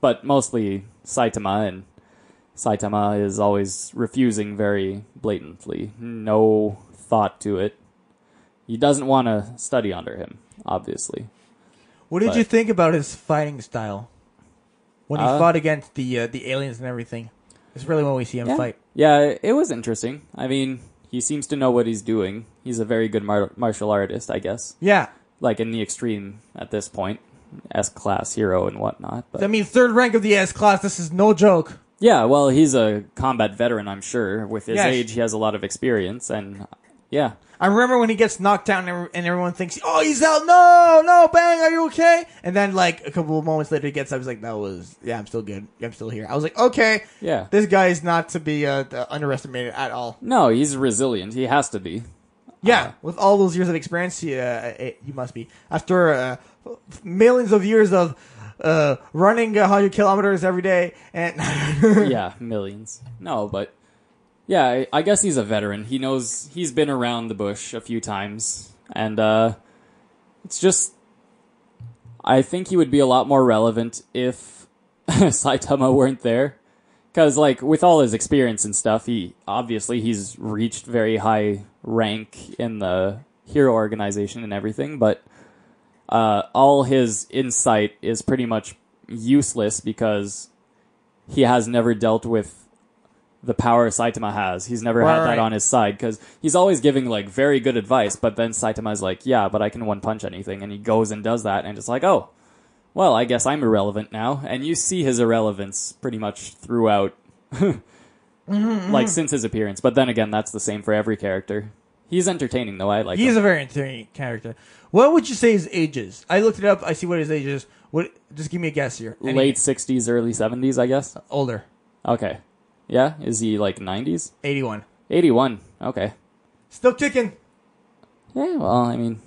Speaker 1: but mostly Saitama, and Saitama is always refusing very blatantly. No thought to it. He doesn't want to study under him, obviously.
Speaker 3: What did
Speaker 1: but-
Speaker 3: you think about his fighting style when he
Speaker 1: Uh,
Speaker 3: fought against the uh, the aliens and everything? It's really when we see him
Speaker 1: yeah.
Speaker 3: fight.
Speaker 1: Yeah, it was interesting. I mean, he seems to know what he's doing. He's a very good mar- martial artist, I guess.
Speaker 3: Yeah,
Speaker 1: Like in the extreme at this point, S class hero and whatnot. But
Speaker 3: I mean, third rank of the S class. This is no joke.
Speaker 1: yeah, well, he's a combat veteran, I'm sure. With his
Speaker 3: Yes.
Speaker 1: age, he has a lot of experience, and yeah,
Speaker 3: I remember when he gets knocked down and every- and everyone thinks, "Oh, he's out! No, no, bang! Are you okay?" And then, like a couple of moments later, he gets up. He's like, "That was yeah, I'm still good. I'm still here." I was like, "Okay,
Speaker 1: yeah.
Speaker 3: this guy is not to be uh, uh, underestimated at all."
Speaker 1: No, he's resilient. He has to be.
Speaker 3: Yeah,
Speaker 1: Uh,
Speaker 3: with all those years of experience, you, uh, it, you must be after uh, millions of years of uh, running 100 kilometers every day and
Speaker 1: yeah, millions. No, but yeah, I, I guess he's a veteran. He knows he's been around the bush a few times, and uh, it's just I think he would be a lot more relevant if Saitama weren't there. Because, like, with all his experience and stuff, he obviously he's reached very high rank in the hero organization and everything, but uh, all his insight is pretty much useless because he has never dealt with the power Saitama has. He's never had
Speaker 3: Right.
Speaker 1: that on his side because he's always giving like very good advice, but then Saitama's like, "Yeah, but I can one punch anything," and he goes and does that, and it's like, "Oh, well, I guess I'm irrelevant now." And you see his irrelevance pretty much throughout, like since his appearance. But then again, that's the same for every character. He's entertaining though. I like.
Speaker 3: He's
Speaker 1: him.
Speaker 3: a very entertaining character. What would you say his age is? I looked it up. I see what his age is. What? Just give me a guess here. Any-
Speaker 1: late '60s, early '70s, I guess.
Speaker 3: older,
Speaker 1: Okay, yeah. Is he like '90s?
Speaker 3: eighty-one,
Speaker 1: '81. Okay.
Speaker 3: still kicking.
Speaker 1: Yeah, well, I mean,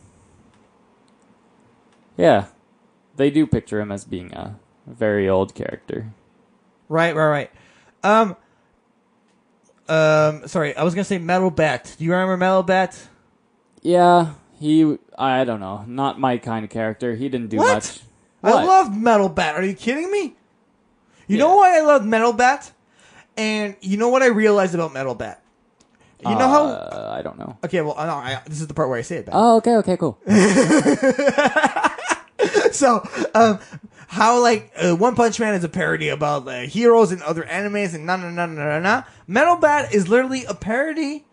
Speaker 1: yeah, they do picture him as being a very old character.
Speaker 3: Right, right, right. Um, um, sorry, I was gonna say Metal Bat. Do you remember Metal Bat?
Speaker 1: Yeah, he, I don't know, not my kind of character. He didn't do
Speaker 3: What?
Speaker 1: much.
Speaker 3: I loved Metal Bat. Are you kidding me? You know
Speaker 1: Yeah.
Speaker 3: why I loved Metal Bat? And you know what I realized about Metal Bat? You know how?
Speaker 1: Uh, I don't know.
Speaker 3: Okay, well, no, I, this is the part where I say it. Back.
Speaker 1: Oh, okay, okay, cool.
Speaker 3: so um how like uh, One Punch Man is a parody about uh, heroes and other animes and na na na na na na. Metal Bat is literally a parody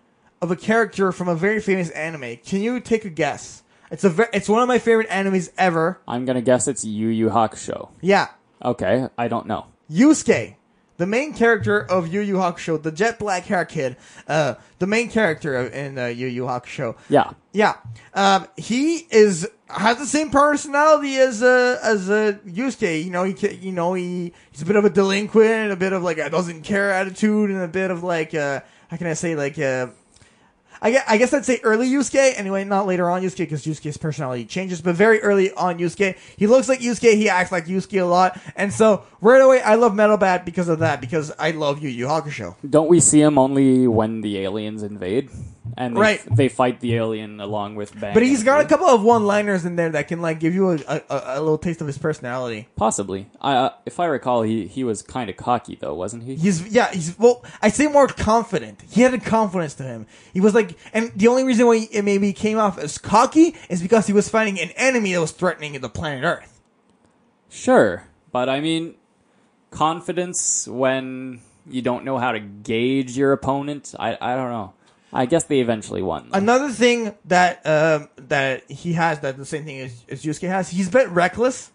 Speaker 3: of a character from a very famous anime. Can you take a guess? It's a ve- it's one of my favorite animes ever.
Speaker 1: I'm gonna guess it's Yu Yu Hakusho.
Speaker 3: Yeah,
Speaker 1: Okay, I don't know.
Speaker 3: Yusuke, the main character of Yu Yu Hakusho, the jet black hair kid, uh, the main character of, in uh, Yu Yu Hakusho.
Speaker 1: Yeah,
Speaker 3: Yeah, um, he is has the same personality as uh, as uh, Yusuke. You know, he ca- you know he he's a bit of a delinquent, and a bit of like a doesn't care attitude, and a bit of like uh, how can I say like uh, I guess, I guess I'd say early Yusuke. Anyway, not later on Yusuke because Yusuke's personality changes, but very early on Yusuke, he looks like Yusuke. He acts like Yusuke a lot, and so right away I love Metal Bat because of that. Because I love Yu Yu Hakusho.
Speaker 1: don't we see him only when the aliens invade, and they,
Speaker 3: Right.
Speaker 1: they fight the alien along with Bang?
Speaker 3: But he's
Speaker 1: and
Speaker 3: got a
Speaker 1: Gru?
Speaker 3: couple of one-liners in there that can like give you a, a, a a little taste of his personality.
Speaker 1: possibly. I, uh, if I recall, he he was kind of cocky though, wasn't he?
Speaker 3: He's yeah. He's well. I say more confident. He had a confidence to him. He was like, and the only reason why he, it maybe came off as cocky is because he was fighting an enemy that was threatening the planet Earth.
Speaker 1: Sure, but I mean, confidence when you don't know how to gauge your opponent. I I don't know. I guess they eventually won. though.
Speaker 3: Another thing that um, that he has that the same thing as, as Yusuke has. He's a bit reckless.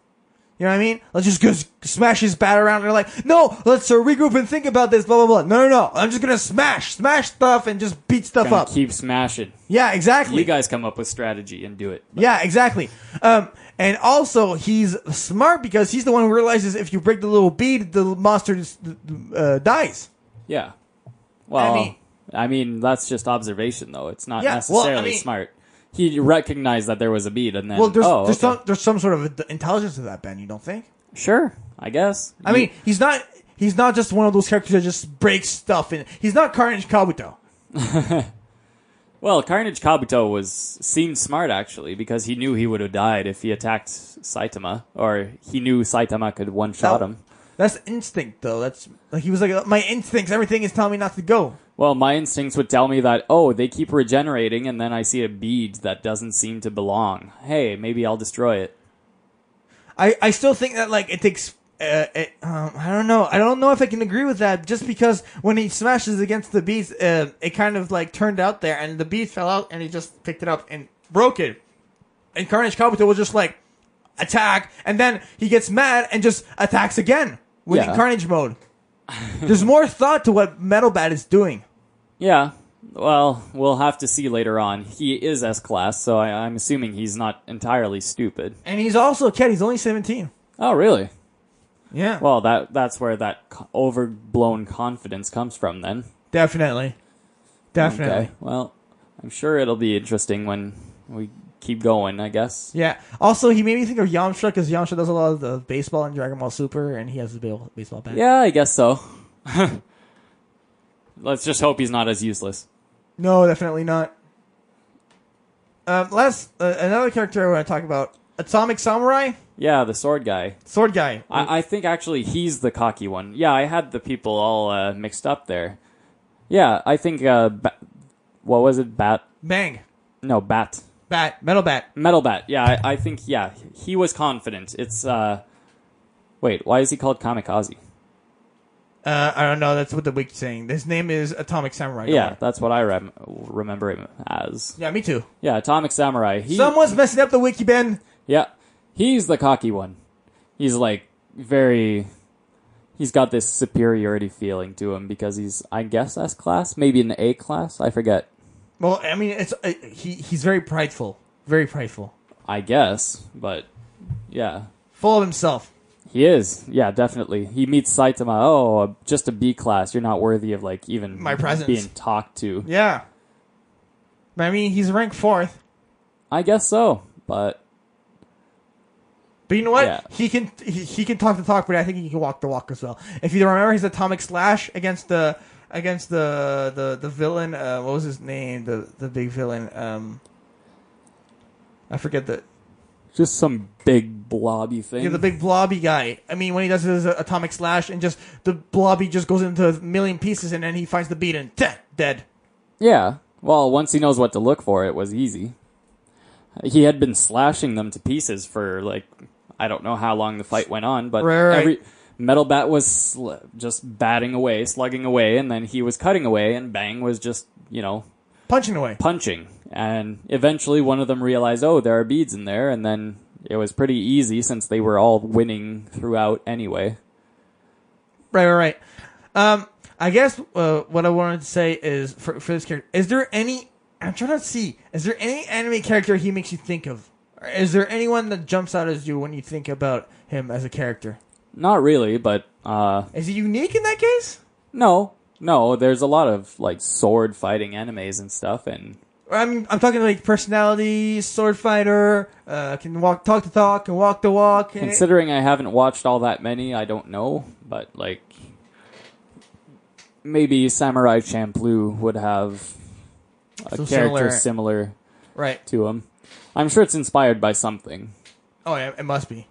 Speaker 3: You know what I mean? Let's just go s- smash his bat around. And they're like, no, let's uh, regroup and think about this. Blah blah blah. No, no, no. I'm just gonna smash, smash stuff, and just beat stuff
Speaker 1: Gonna
Speaker 3: up.
Speaker 1: keep smashing.
Speaker 3: yeah, exactly.
Speaker 1: You guys come up with strategy and do it.
Speaker 3: Yeah, exactly. Um, and also he's smart because he's the one who realizes if you break the little bead, the monster just, uh, dies.
Speaker 1: Yeah. Well, I
Speaker 3: I
Speaker 1: mean,
Speaker 3: mean-
Speaker 1: that's just observation though. It's not
Speaker 3: Yeah, well, I
Speaker 1: necessarily
Speaker 3: mean-
Speaker 1: smart. He recognized that there was a beat, and then
Speaker 3: Well, there's
Speaker 1: oh,
Speaker 3: there's,
Speaker 1: okay.
Speaker 3: some, there's some sort of intelligence to that, Ben. You don't think?
Speaker 1: sure, I guess.
Speaker 3: I mean, he's not he's not just one of those characters that just breaks stuff, and he's not Carnage Kabuto.
Speaker 1: Well, Carnage Kabuto was seemed smart actually because he knew he would have died if he attacked Saitama, or he knew Saitama could one shot
Speaker 3: That-
Speaker 1: him.
Speaker 3: That's instinct, though. That's like he was like my instincts. Everything is telling me not to go.
Speaker 1: Well, my instincts would tell me that oh, they keep regenerating, and then I see a bead that doesn't seem to belong. Hey, maybe I'll destroy it.
Speaker 3: I, I still think that like it takes. Uh, it, um, I don't know. I don't know if I can agree with that. Just because when he smashes against the beast, uh, it kind of like turned out there, and the beast fell out, and he just picked it up and broke it. And Carnage Kabuto was just like attack, and then he gets mad and just attacks again with
Speaker 1: Yeah.
Speaker 3: Carnage mode. There's more thought to what Metal Bat is doing.
Speaker 1: Yeah. Well, we'll have to see later on. He is S class, so I, I'm assuming he's not entirely stupid.
Speaker 3: And he's also a kid. He's only 17.
Speaker 1: Oh, really?
Speaker 3: Yeah,
Speaker 1: Well, that that's where that c- overblown confidence comes from. Then.
Speaker 3: definitely, definitely.
Speaker 1: Okay. Well, I'm sure it'll be interesting when we keep going. I guess.
Speaker 3: Yeah. Also, he made me think of Yamcha because Yamcha does a lot of the baseball in Dragon Ball Super, and he has a ba- baseball bat.
Speaker 1: Yeah, I guess so. Let's just hope he's not as useless.
Speaker 3: No, definitely not. Um, last uh, another character I want to talk about: Atomic Samurai.
Speaker 1: Yeah, the sword guy.
Speaker 3: Sword guy.
Speaker 1: I, I think actually he's the cocky one. Yeah, I had the people all uh, mixed up there. Yeah, I think. Uh, ba- what was it? Bat?
Speaker 3: Bang.
Speaker 1: No, bat.
Speaker 3: Bat. Metal bat.
Speaker 1: Metal bat. Yeah, I, I think. Yeah, he was confident. It's. uh Wait, why is he called Kamikaze?
Speaker 3: Uh, I don't know. That's what the wiki's saying. His name is Atomic Samurai. Don't
Speaker 1: Yeah,
Speaker 3: worry.
Speaker 1: that's what I rem- remember him as.
Speaker 3: Yeah, me too.
Speaker 1: Yeah, Atomic Samurai. He,
Speaker 3: Someone's messing up the wiki, Ben.
Speaker 1: Yeah. He's the cocky one. He's like very he's got this superiority feeling to him because he's I guess S class, maybe an A class, I forget.
Speaker 3: Well, I mean, it's uh, he. He's very prideful. Very prideful.
Speaker 1: I guess, but yeah.
Speaker 3: Full of himself.
Speaker 1: He is. Yeah, definitely. He meets Saitama, "Oh, just a B class. You're not worthy of like even
Speaker 3: My presence."
Speaker 1: being talked to."
Speaker 3: Yeah. But I mean, he's ranked fourth.
Speaker 1: I guess so, but
Speaker 3: But you know what?
Speaker 1: Yeah.
Speaker 3: He can he, he can talk the talk, but I think he can walk the walk as well. If you remember his atomic slash against the against the the the villain, uh, what was his name? The the big villain. Um, I forget the
Speaker 1: just some big blobby thing.
Speaker 3: yeah, the big blobby guy. I mean, when he does his atomic slash and just the blobby just goes into a million pieces, and then he finds the beat and teh, dead.
Speaker 1: Yeah. Well, once he knows what to look for, it was easy. He had been slashing them to pieces for like I don't know how long the fight went on, but
Speaker 3: Right, right.
Speaker 1: every Metal Bat was sl- just batting away, slugging away, and then he was cutting away, and Bang was just you know
Speaker 3: Punching away.
Speaker 1: punching. And eventually, one of them realized, oh, there are beads in there, and then it was pretty easy since they were all winning throughout anyway.
Speaker 3: Right, right, right. Um, I guess uh, what I wanted to say is for for this character, is there any? I'm trying to see. Is there any anime character he makes you think of? Or Is there anyone that jumps out as you when you think about him as a character?
Speaker 1: Not really, but uh,
Speaker 3: Is he unique in that case?
Speaker 1: No, no. There's a lot of like sword fighting animes and stuff, and
Speaker 3: Or I'm I'm talking like personality, sword fighter, uh, can walk talk the talk, can walk the walk. eh? and-
Speaker 1: considering I haven't watched all that many, I don't know. But like, maybe Samurai Champloo would have a
Speaker 3: So
Speaker 1: character
Speaker 3: similar.
Speaker 1: similar.
Speaker 3: right.
Speaker 1: to him. I'm sure it's inspired by something.
Speaker 3: Oh, yeah, it must be.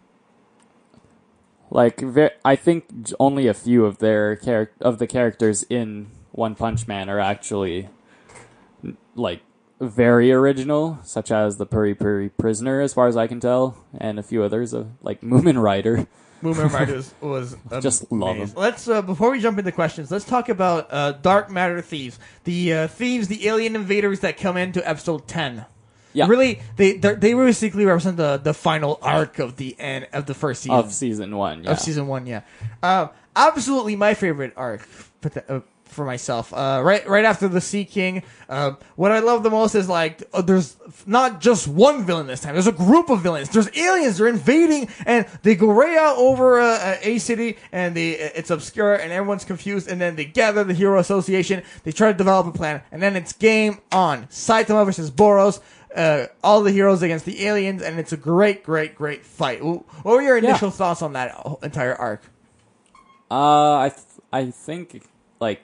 Speaker 1: Like, ve- I think j- only a few of their char- of the characters in One Punch Man are actually n- like very original, such as the Puri Puri Prisoner, as far as I can tell, and a few others, uh, like Moomin Rider.
Speaker 3: Moomin Riders was
Speaker 1: Just love
Speaker 3: amazing.
Speaker 1: him.
Speaker 3: Let's uh, before we jump into questions, let's talk about uh, Dark Matter Thieves, the uh, thieves, the alien invaders that come into episode ten.
Speaker 1: Yeah.
Speaker 3: really, they they're- they basically represent the, the final arc of the end of the first season
Speaker 1: Of season one, yeah.
Speaker 3: of season one. Yeah, uh, absolutely my favorite arc for, the, uh, for myself. Uh, right, right after the Sea King. Um, what I love the most is like uh, there's not just one villain this time. There's a group of villains. There's aliens. They're invading, and they go right out over uh, uh, a city, and they uh, it's obscure, and everyone's confused, and then they gather the Hero Association. They try to develop a plan, and then it's game on. Saitama versus Boros. Uh, all the heroes against the aliens, and it's a great, great, great fight. Wh- What were your initial thoughts on that whole- entire arc?
Speaker 1: Uh, I th- I think like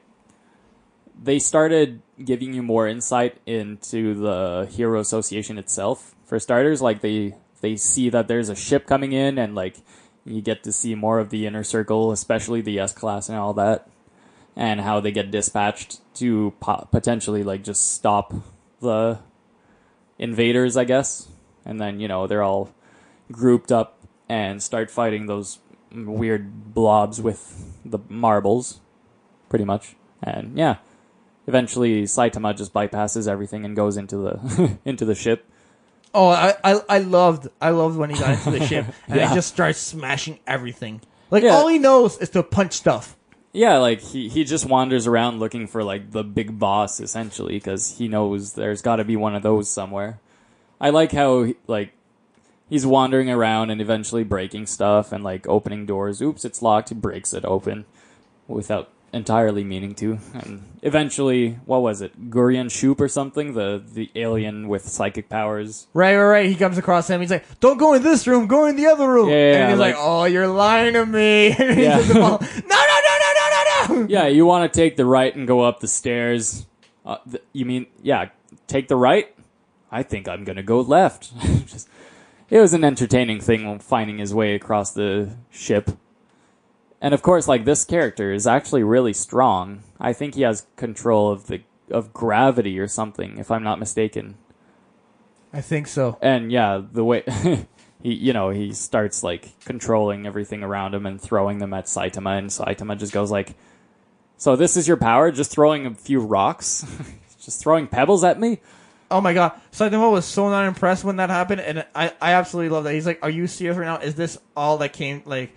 Speaker 1: they started giving you more insight into the hero association itself. For starters, like they they see that there's a ship coming in, and like you get to see more of the inner circle, especially the S class and all that, and how they get dispatched to po- potentially like just stop the invaders, I guess. And then you know they're all grouped up and start fighting those weird blobs with the marbles, pretty much. And yeah, eventually Saitama just bypasses everything and goes into the into the ship.
Speaker 3: Oh, I, I, I loved, I loved when he got into the ship and
Speaker 1: Yeah.
Speaker 3: he just starts smashing everything. Like
Speaker 1: Yeah.
Speaker 3: all he knows is to punch stuff.
Speaker 1: Yeah, like he he just wanders around looking for like the big boss essentially because he knows there's got to be one of those somewhere. I like how like he's wandering around and eventually breaking stuff and like opening doors. Oops, it's locked. He breaks it open without entirely meaning to. And eventually, what was it? Gurion Shoop or something? The the alien with psychic powers.
Speaker 3: Right, right, right. He comes across him. He's like, "Don't go in this room. Go in the other room."
Speaker 1: Yeah,
Speaker 3: and he's like,
Speaker 1: like-
Speaker 3: "Oh, you're lying to me." And he
Speaker 1: Yeah.
Speaker 3: just fall- no, no, no, no, no, no, no.
Speaker 1: Yeah, you want to take the right and go up the stairs. Uh, th- you mean yeah, take the right? I think I'm gonna go left. Just it was an entertaining thing finding his way across the ship. And of course, like this character is actually really strong. I think he has control of the of gravity or something, if I'm not mistaken.
Speaker 3: I think so.
Speaker 1: And yeah, the way he you know, he starts like controlling everything around him and throwing them at Saitama and Saitama just goes like So this is your power, just throwing a few rocks? just throwing pebbles at me?
Speaker 3: Oh my god, Saitama was so not impressed when that happened, and I, I absolutely love that. He's like, "Are you serious right now? Is this all that came?" Like,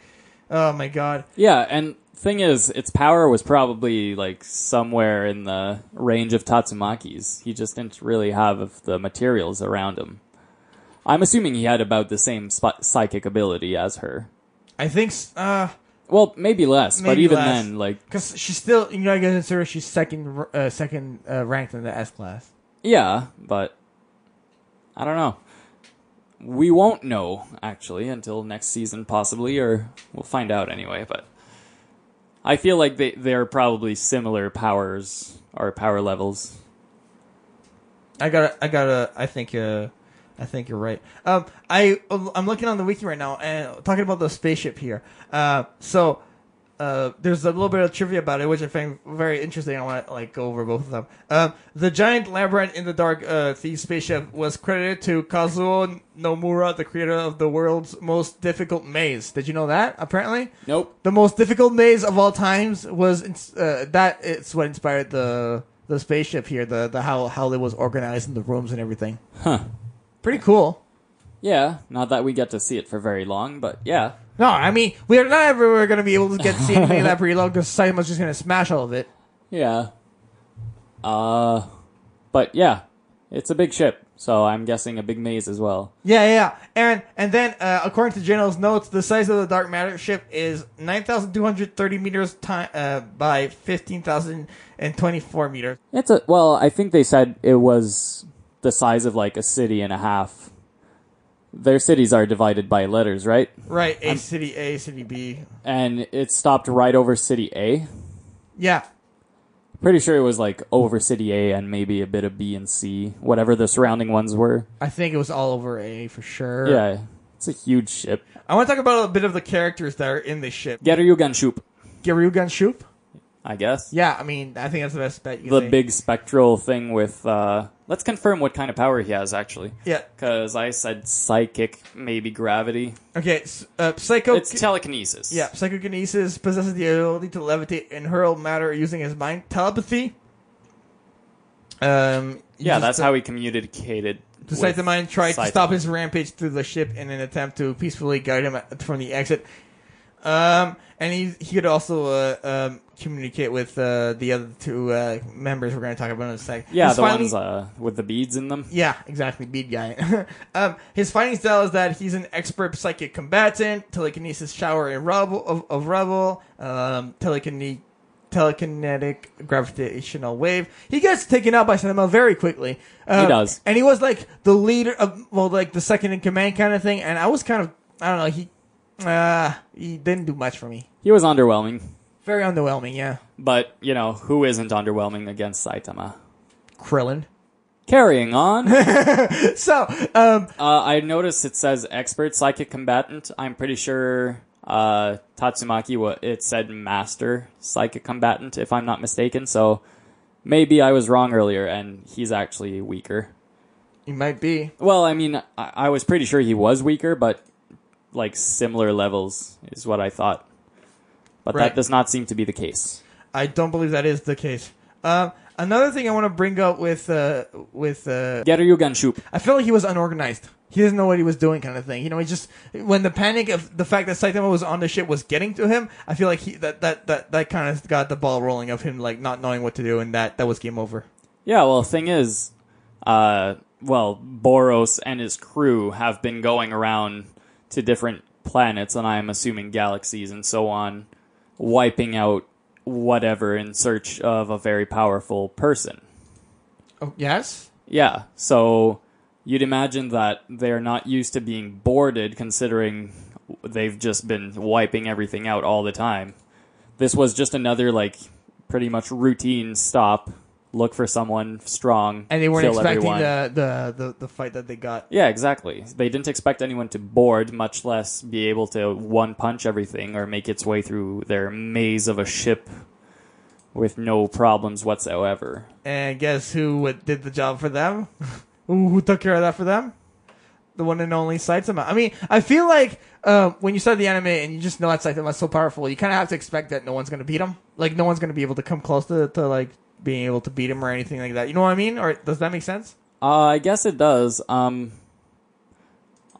Speaker 3: oh my god,
Speaker 1: Yeah, and thing is, its power was probably like somewhere in the range of Tatsumaki's. He just didn't really have of the materials around him. I'm assuming he had about the same sp- psychic ability as her.
Speaker 3: I think s- uh,
Speaker 1: Well, maybe less, but
Speaker 3: Maybe
Speaker 1: even
Speaker 3: less.
Speaker 1: then, like,
Speaker 3: because she's still you know I guess consider she's second r- uh, second uh, ranked in the S class.
Speaker 1: yeah, but I don't know. We won't know actually until next season, possibly, or we'll find out anyway. But I feel like they they're probably similar powers or power levels.
Speaker 3: I gotta, I gotta, I think, uh, I think you're right. Um, I, I'm looking on the wiki right now and talking about the spaceship here. Uh, so, uh, there's a little bit of trivia about it, which I find very interesting. I want to like go over both of them. Um, the giant labyrinth in the dark, uh, thief spaceship was credited to Kazuo Nomura, the creator of the world's most difficult maze. Did you know that? Apparently,
Speaker 1: Nope.
Speaker 3: the most difficult maze of all times was ins- uh, that it's what inspired the the spaceship here the the how how it was organized in the rooms and everything
Speaker 1: Huh.
Speaker 3: pretty cool
Speaker 1: Yeah, not that we get to see it for very long, but yeah.
Speaker 3: no i mean we're not ever going to be able to get to see anything of that preload because simon's just going to smash all of it
Speaker 1: Yeah. Uh but yeah, it's a big ship, so I'm guessing a big maze as well.
Speaker 3: yeah yeah, yeah and and then uh, according to general's notes the size of the dark matter ship is 9230 meters time uh, by 15024 meters
Speaker 1: It's a well, I think they said it was the size of like a city and a half. Their cities are divided by letters, right?
Speaker 3: right a city a city b
Speaker 1: And it stopped right over city A.
Speaker 3: yeah
Speaker 1: Pretty sure it was like over city A and maybe a bit of B and C, whatever the surrounding ones were.
Speaker 3: i think it was all over a for sure
Speaker 1: Yeah. It's a huge ship.
Speaker 3: I want to talk about a bit of the characters that are in this ship.
Speaker 1: Geryugan Shoop,
Speaker 3: Geryugan Shoop.
Speaker 1: I guess.
Speaker 3: Yeah, I mean, I think that's the best bet. You
Speaker 1: the
Speaker 3: can say.
Speaker 1: big spectral thing with uh let's confirm what kind of power he has actually
Speaker 3: Yeah.
Speaker 1: because i said psychic maybe gravity
Speaker 3: Okay. s- Uh, Psycho.
Speaker 1: it's telekinesis
Speaker 3: yeah. Psychokinesis possesses the ability to levitate and hurl matter using his mind. Telepathy. Um.
Speaker 1: yeah that's how he communicated
Speaker 3: The
Speaker 1: with
Speaker 3: Saitama tried to
Speaker 1: Saitama.
Speaker 3: stop his rampage through the ship in an attempt to peacefully guide him from the exit. Um, and he he could also uh, um, communicate with uh, the other two uh, members we're going to talk about in a sec.
Speaker 1: yeah
Speaker 3: He's
Speaker 1: the
Speaker 3: finally-
Speaker 1: ones uh with the beads in them
Speaker 3: Yeah, exactly. Bead guy. um, his fighting style is that he's an expert psychic combatant, telekinesis shower and rubble of, of rubble, um, telekine- telekinetic gravitational wave. He gets taken out by Cinema very quickly. Um,
Speaker 1: does.
Speaker 3: and he was like the leader of, well, like the second in command kind of thing. And I was kind of, I don't know, he, uh, he didn't do much for me.
Speaker 1: he was underwhelming
Speaker 3: Very underwhelming. Yeah,
Speaker 1: but you know who isn't underwhelming against saitama
Speaker 3: Krillin.
Speaker 1: carrying on uh,
Speaker 3: So, um,
Speaker 1: i noticed it says expert psychic combatant i'm pretty sure uh tatsumaki wa- it said master psychic combatant if i'm not mistaken so maybe i was wrong earlier and he's actually weaker
Speaker 3: he might be.
Speaker 1: well i mean I, I was pretty sure he was weaker but like similar levels is what i thought but
Speaker 3: Right.
Speaker 1: that does not seem to be the case
Speaker 3: I don't believe that is the case. Um, another thing I want to bring up with uh, with uh,
Speaker 1: Geryugan Shup.
Speaker 3: I feel like he was unorganized. He doesn't know what he was doing, kind of thing. You know, he just when the panic of the fact that Saitama was on the ship was getting to him. I feel like he that that that that kind of got the ball rolling of him like not knowing what to do, and that that was game over.
Speaker 1: Yeah, well, thing is, uh, well, Boros and his crew have been going around to different planets, and I'm assuming galaxies and so on, wiping out whatever in search of a very powerful person.
Speaker 3: Oh yes,
Speaker 1: Yeah, so you'd imagine that they're not used to being boarded, considering they've just been wiping everything out all the time. This was just another, like, pretty much routine stop, look for someone strong,
Speaker 3: and they weren't
Speaker 1: kill
Speaker 3: expecting
Speaker 1: everyone.
Speaker 3: the, the the the fight that they got.
Speaker 1: Yeah, exactly. They didn't expect anyone to board, much less be able to one punch everything or make its way through their maze of a ship with no problems whatsoever.
Speaker 3: And guess who would- did the job for them? who who took care of that for them? The one and only Saitama. I mean, I feel like uh, when you start the anime and you just know that Saitama's so powerful, you kind of have to expect that no one's going to beat him. Like, no one's going to be able to come close to, to like being able to beat him or anything like that. You know what I mean? Or does that make sense?
Speaker 1: Uh, I guess it does. Um,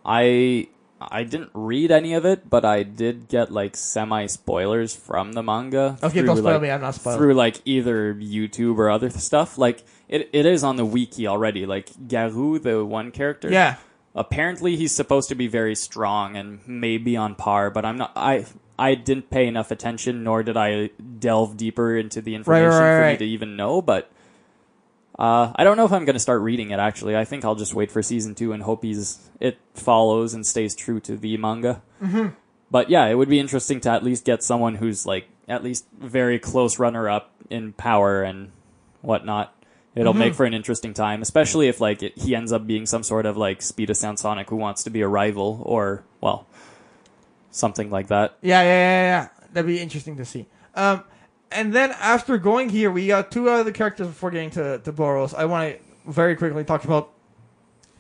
Speaker 1: I I didn't read any of it, but I did get like semi spoilers from the manga.
Speaker 3: Okay, don't spoil
Speaker 1: like,
Speaker 3: me. I'm not spoiled.
Speaker 1: Through like either YouTube or other stuff. Like it, it is on the wiki already. Like Garou, the one character.
Speaker 3: Yeah.
Speaker 1: Apparently, he's supposed to be very strong and maybe on par, but I'm not. I I didn't pay enough attention, nor did I delve deeper into the
Speaker 3: right,
Speaker 1: information for me
Speaker 3: right.
Speaker 1: to even know. But uh, I don't know if I'm going to start reading it. Actually, I think I'll just wait for season two and hope he's it follows and stays true to the manga. Mm-hmm. But yeah, it would be interesting to at least get someone who's like at least very close runner up in power and whatnot. It'll
Speaker 3: Mm-hmm.
Speaker 1: make for an interesting time, especially if like it, he ends up being some sort of like Speed of Sound Sonic who wants to be a rival or well, something like that.
Speaker 3: Yeah, yeah, yeah, yeah. That'd be interesting to see. Um, and then after going here, we got two other characters before getting to, to Boros. I want to very quickly talk about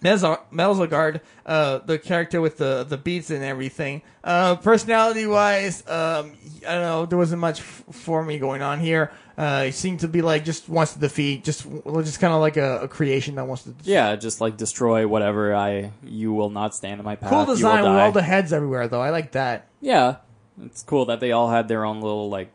Speaker 3: Melza- Melzogard, uh, the character with the, the beats and everything. Uh, personality wise, um, I don't know, there wasn't much f- for me going on here. Uh, he seemed to be like just wants to defeat, just just kind of like a, a creation that wants to.
Speaker 1: Yeah, just like destroy whatever I you will not stand in my path.
Speaker 3: Cool
Speaker 1: you will
Speaker 3: design with
Speaker 1: die.
Speaker 3: all the heads everywhere, though. I like that.
Speaker 1: Yeah, it's cool that they all had their own little like,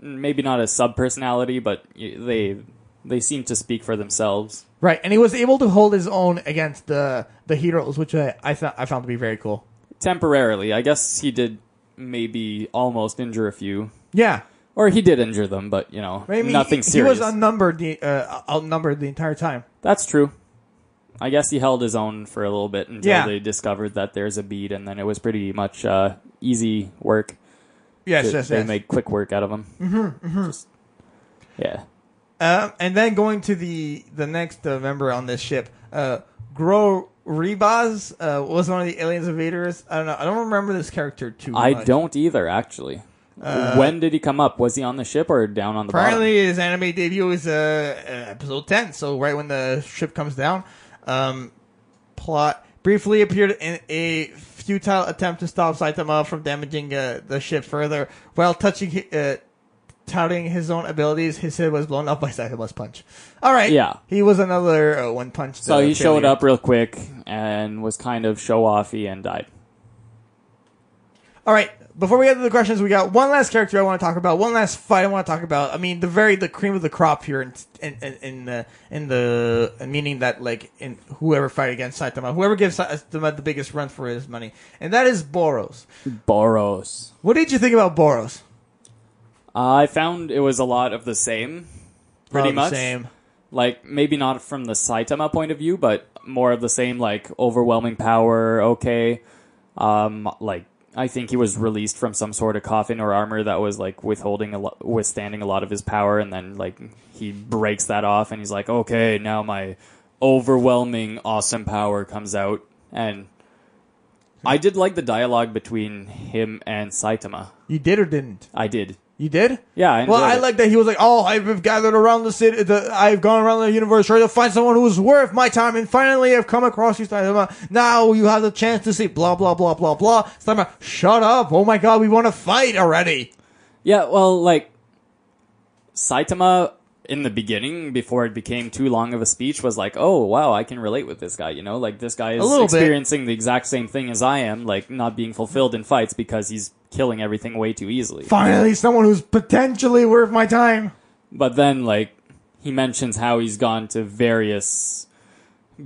Speaker 1: maybe not a sub personality, but y- they they seem to speak for themselves.
Speaker 3: Right, and he was able to hold his own against the the heroes, which I I, thought I found to be very cool.
Speaker 1: Temporarily, I guess he did maybe almost injure a few,
Speaker 3: Yeah,
Speaker 1: or he did injure them, but you know,
Speaker 3: I mean,
Speaker 1: nothing
Speaker 3: he,
Speaker 1: serious.
Speaker 3: He was unnumbered the uh, outnumbered the entire time.
Speaker 1: That's true. I guess he held his own for a little bit until
Speaker 3: Yeah.
Speaker 1: they discovered that there's a bead, and then it was pretty much uh, easy work.
Speaker 3: Yes,
Speaker 1: They- they made quick work out of him. Mm-hmm, Just, yeah.
Speaker 3: Uh, and then going to the the next uh, member on this ship, uh, Gro Rebaz uh, was one of the aliens invaders. I don't know. I don't remember this character too.
Speaker 1: I
Speaker 3: much. Uh,
Speaker 1: don't either, actually. when did he come up? Was he on the ship or down on the
Speaker 3: Apparently, his anime debut is uh, uh, episode 10, so right when the ship comes down. Um, plot briefly appeared in a futile attempt to stop Saitama from damaging uh, the ship further. While touching, hi- uh, touting his own abilities, his head was blown up by Saitama's punch. All right.
Speaker 1: Yeah.
Speaker 3: He was another uh, one punch.
Speaker 1: So
Speaker 3: uh,
Speaker 1: he showed
Speaker 3: failure.
Speaker 1: up real quick and was kind of show offy and died.
Speaker 3: All right. Before we get to the questions, we got one last character I want to talk about. One last fight I want to talk about. I mean, the very the cream of the crop here, in in in, in the in the meaning that like in whoever fight against Saitama, whoever gives Saitama the biggest run for his money, and that is Boros.
Speaker 1: Boros.
Speaker 3: What did you think about Boros?
Speaker 1: Uh, I found it was a lot of the same. Pretty
Speaker 3: About the
Speaker 1: much.
Speaker 3: same.
Speaker 1: Like, maybe not from the Saitama point of view, but more of the same, like, overwhelming power, okay. Um, like, I think he was released from some sort of coffin or armor that was, like, withholding a lot, withstanding a lot of his power, and then, like, he breaks that off, and he's like, okay, now my overwhelming, awesome power comes out, and. I did like the dialogue between him and Saitama.
Speaker 3: You did or didn't?
Speaker 1: I did.
Speaker 3: You did?
Speaker 1: Yeah, I
Speaker 3: well,
Speaker 1: enjoyed
Speaker 3: I
Speaker 1: it.
Speaker 3: like that he was like, "Oh, I've gathered around the city. The, I've gone around the universe trying to find someone who's worth my time, and finally, I've come across you, Saitama. Now you have the chance to see blah blah blah blah blah." Saitama, shut up! Oh my god, we want to fight already.
Speaker 1: Yeah, well, like Saitama in the beginning, before it became too long of a speech, was like, "Oh wow, I can relate with this guy." You know, like this guy is
Speaker 3: little bit.
Speaker 1: experiencing the exact same thing as I am, like not being fulfilled in fights because he's killing everything way too easily.
Speaker 3: Finally, someone who's potentially worth my time.
Speaker 1: But then, like, he mentions how he's gone to various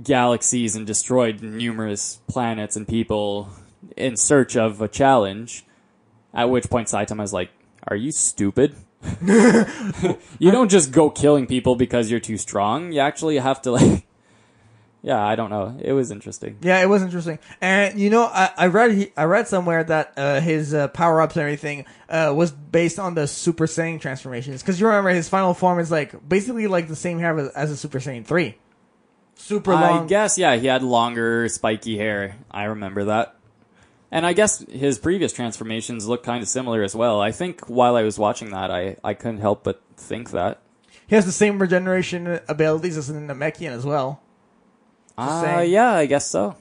Speaker 1: galaxies and destroyed numerous planets and people in search of a challenge. At which point, Saitama's like, Are you stupid? you don't just go killing people because you're too strong. You actually have to, like, yeah, I don't know. It was interesting.
Speaker 3: Yeah, it was interesting. And you know, I, I read he, I read somewhere that uh, his uh, power ups and everything uh, was based on the Super Saiyan transformations. Because you remember his final form is like basically like the same hair as, as a Super Saiyan three. Super long.
Speaker 1: I guess yeah, he had longer spiky hair. I remember that. And I guess his previous transformations look kind of similar as well. I think while I was watching that, I, I couldn't help but think that.
Speaker 3: He has the same regeneration abilities as in Namekian as well.
Speaker 1: Ah,
Speaker 3: saying.
Speaker 1: yeah, I guess so.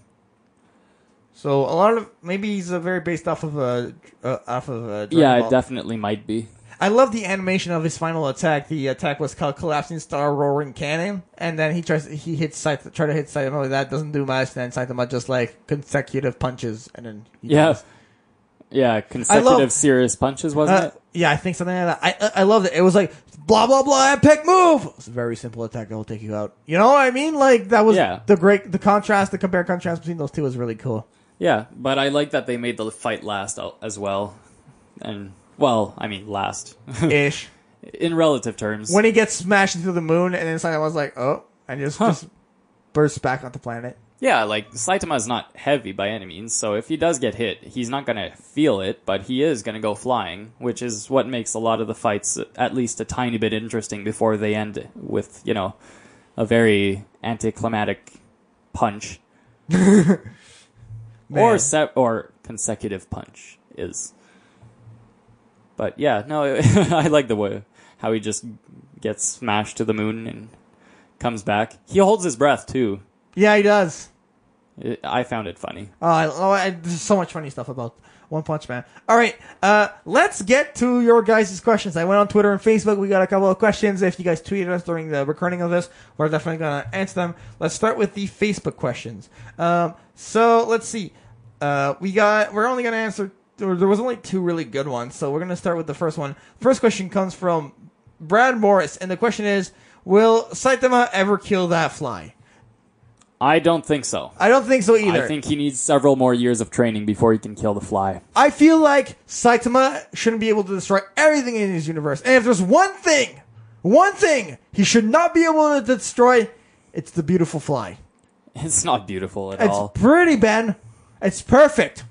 Speaker 3: So a lot of maybe he's uh, very based off of uh, uh off of uh, Dragon
Speaker 1: yeah,
Speaker 3: Ball.
Speaker 1: it definitely might be.
Speaker 3: I love the animation of his final attack. The attack was called Collapsing Star Roaring Cannon, and then he tries he hits Saitama, try to hit Saitama. That doesn't do much. Then Saitama just like consecutive punches, and then he
Speaker 1: Yeah.
Speaker 3: dies.
Speaker 1: Yeah, consecutive serious punches, wasn't
Speaker 3: Uh,
Speaker 1: it?
Speaker 3: yeah, I think something like that. I I, I loved it. It was like blah blah blah epic move. It's a very simple attack that will take you out. You know what I mean? Like that was
Speaker 1: Yeah.
Speaker 3: the great the contrast, the compare contrast between those two was really cool.
Speaker 1: Yeah, but I like that they made the fight last al- as well. And, well, I mean, last.
Speaker 3: Ish.
Speaker 1: In relative terms.
Speaker 3: when he gets smashed into the moon, and then Saitama was like, "Oh," and just,
Speaker 1: Huh.
Speaker 3: just bursts back onto planet.
Speaker 1: yeah, like, Saitama's not heavy by any means, so if he does get hit, he's not going to feel it, but he is going to go flying, which is what makes a lot of the fights at least a tiny bit interesting before they end with, you know, a very anticlimactic punch. or
Speaker 3: Man.
Speaker 1: se- or consecutive punch is. But yeah, no, I like the way how he just gets smashed to the moon and comes back. He holds his breath too.
Speaker 3: yeah, he does.
Speaker 1: It, I found it funny.
Speaker 3: Oh, I, oh I, there's so much funny stuff about One Punch Man. All right, uh, let's get to your guys' questions. I went on Twitter and Facebook. We got a couple of questions. If you guys tweeted us during the recording of this, we're definitely gonna answer them. Let's start with the Facebook questions. Um, so let's see. Uh, we got. We're only gonna answer. There there was only two really good ones, so we're gonna start with the first one. First question comes from Brad Morris, and the question is: Will Saitama ever kill that fly?
Speaker 1: I don't think so.
Speaker 3: I don't think so either.
Speaker 1: I think he needs several more years of training before he can kill the fly.
Speaker 3: I feel like Saitama shouldn't be able to destroy everything in his universe. And if there's one thing, one thing he should not be able to destroy, it's the beautiful fly.
Speaker 1: It's not beautiful at
Speaker 3: It's
Speaker 1: all.
Speaker 3: pretty, Ben. It's perfect.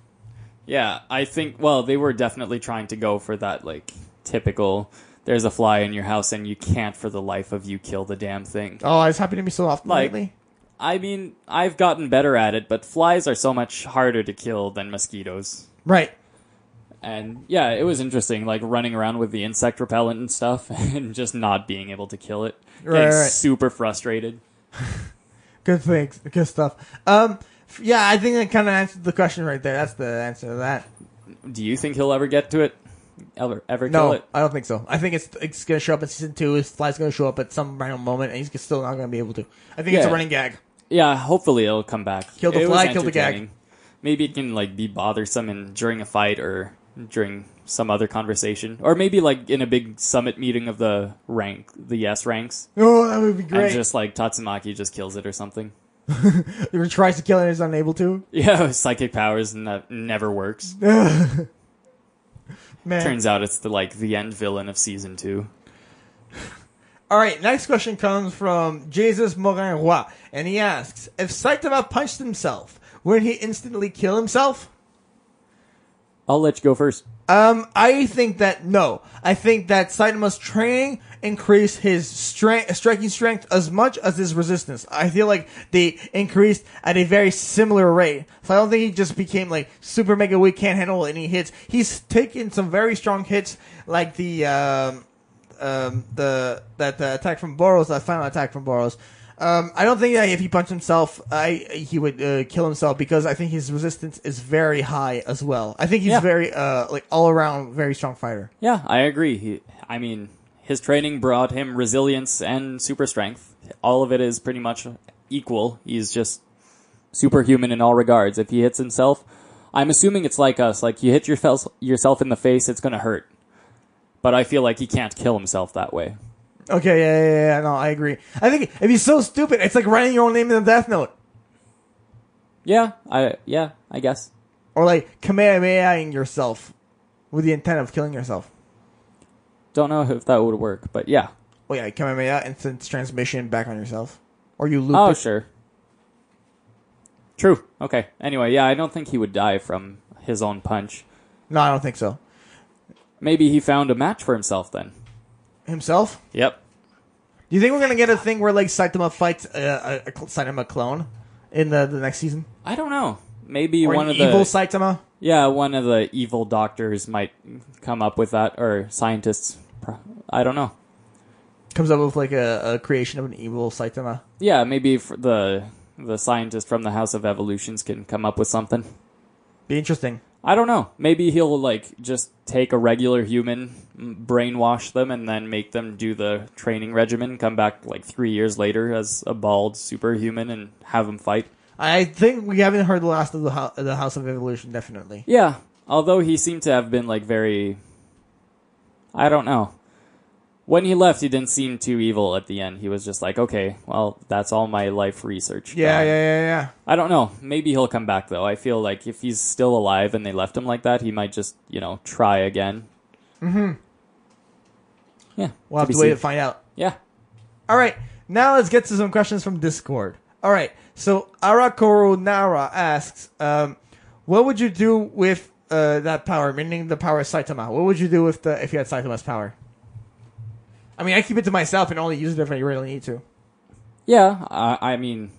Speaker 1: Yeah, I think well, they were definitely trying to go for that like typical there's a fly in your house and you can't for the life of you kill the damn thing.
Speaker 3: Oh, it's happened to me so often
Speaker 1: Like-
Speaker 3: lately.
Speaker 1: I mean, I've gotten better at it, but flies are so much harder to kill than mosquitoes.
Speaker 3: Right.
Speaker 1: And yeah, it was interesting, like running around with the insect repellent and stuff, and just not being able to kill it.
Speaker 3: Right,
Speaker 1: Getting
Speaker 3: right.
Speaker 1: super frustrated.
Speaker 3: Good things. Good stuff. Um, f- yeah, I think that kind of answered the question right there. That's the answer to that.
Speaker 1: Do you think he'll ever get to it? Ever, ever kill
Speaker 3: No,
Speaker 1: it?
Speaker 3: I don't think so. I think it's it's gonna show up in season two. His fly's gonna show up at some random moment, and he's still not gonna be able to. I think it's a
Speaker 1: Yeah.
Speaker 3: running gag.
Speaker 1: Yeah, hopefully it'll come back.
Speaker 3: Kill the
Speaker 1: It was
Speaker 3: fly, kill the gag.
Speaker 1: entertaining. Maybe it can like be bothersome in during a fight or during some other conversation, or maybe like in a big summit meeting of the rank, the yes ranks,
Speaker 3: Oh, that would be
Speaker 1: and
Speaker 3: great.
Speaker 1: just like Tatsumaki just kills it or something.
Speaker 3: Or tries to kill and is unable to.
Speaker 1: Yeah, psychic powers and that never works.
Speaker 3: Man.
Speaker 1: Turns out it's the like the end villain of season two.
Speaker 3: All right, next question comes from Jesus Morin Roy, and he asks If Saitama punched himself, would he instantly kill himself?
Speaker 1: I'll let you go first.
Speaker 3: Um, I think that no. I think that Saitama's training increased his strength, striking strength as much as his resistance. I feel like they increased at a very similar rate. So I don't think he just became like super mega weak, can't handle any hits. He's taken some very strong hits, like the um, um, the that the attack from Boros, that final attack from Boros. Um, I don't think that if he punched himself, I he would uh, kill himself because I think his resistance is very high as well. I think he's
Speaker 1: Yeah.
Speaker 3: very uh like all around very strong fighter.
Speaker 1: Yeah, I agree. He, I mean, his training brought him resilience and super strength. All of it is pretty much equal. He's just superhuman in all regards. If he hits himself, I'm assuming it's like us. Like you hit yourself yourself in the face, it's gonna hurt. But I feel like he can't kill himself that way.
Speaker 3: Okay, yeah, yeah, yeah, yeah, no, I agree. I think if he's so stupid, it's like writing your own name in the death note
Speaker 1: Yeah, I yeah, I guess.
Speaker 3: or like kamehamehaing yourself with the intent of killing yourself.
Speaker 1: Don't know if that would work, but yeah.
Speaker 3: Oh yeah, kamehameha instant transmission back on yourself, or you loop.
Speaker 1: Oh
Speaker 3: it.
Speaker 1: sure. True. Okay. Anyway, yeah, I don't think he would die from his own punch.
Speaker 3: No, I don't think so.
Speaker 1: Maybe he found a match for himself then.
Speaker 3: Himself?
Speaker 1: Yep.
Speaker 3: Do you think we're gonna get a thing where like Saitama fights uh, a, a cl- Saitama clone in the, the next season?
Speaker 1: I don't know. Maybe
Speaker 3: Or
Speaker 1: one
Speaker 3: an
Speaker 1: of the
Speaker 3: evil Saitama?
Speaker 1: yeah one of the evil doctors might come up with that or scientists. Pro- I don't know.
Speaker 3: comes up with like a, a creation of an evil Saitama.
Speaker 1: Yeah, maybe f the the scientist from the House of Evolutions can come up with something.
Speaker 3: Be interesting.
Speaker 1: I don't know. Maybe he'll like just take a regular human, m- brainwash them, and then make them do the training regimen. Come back like three years later as a bald superhuman and have them fight.
Speaker 3: I think we haven't heard the last of the ho- the House of Evolution. Definitely,
Speaker 1: Yeah. Although he seemed to have been like very, I don't know. When he left, he didn't seem too evil at the end. He was just like, okay, well, that's all my life research.
Speaker 3: yeah,
Speaker 1: done."
Speaker 3: yeah, yeah, yeah.
Speaker 1: I don't know. Maybe he'll come back though. I feel like if he's still alive and they left him like that, he might just you know try again. Mm-hmm. Yeah.
Speaker 3: We'll have
Speaker 1: be
Speaker 3: to wait
Speaker 1: seen.
Speaker 3: to find out.
Speaker 1: Yeah.
Speaker 3: All right, now let's get to some questions from Discord. All right, so Arakoro Nara asks, um, "What would you do with uh, that power? Meaning the power of Saitama. What would you do with the if you had Saitama's power? I mean, I keep it to myself and only use it if I really need to.
Speaker 1: Yeah. I, I mean,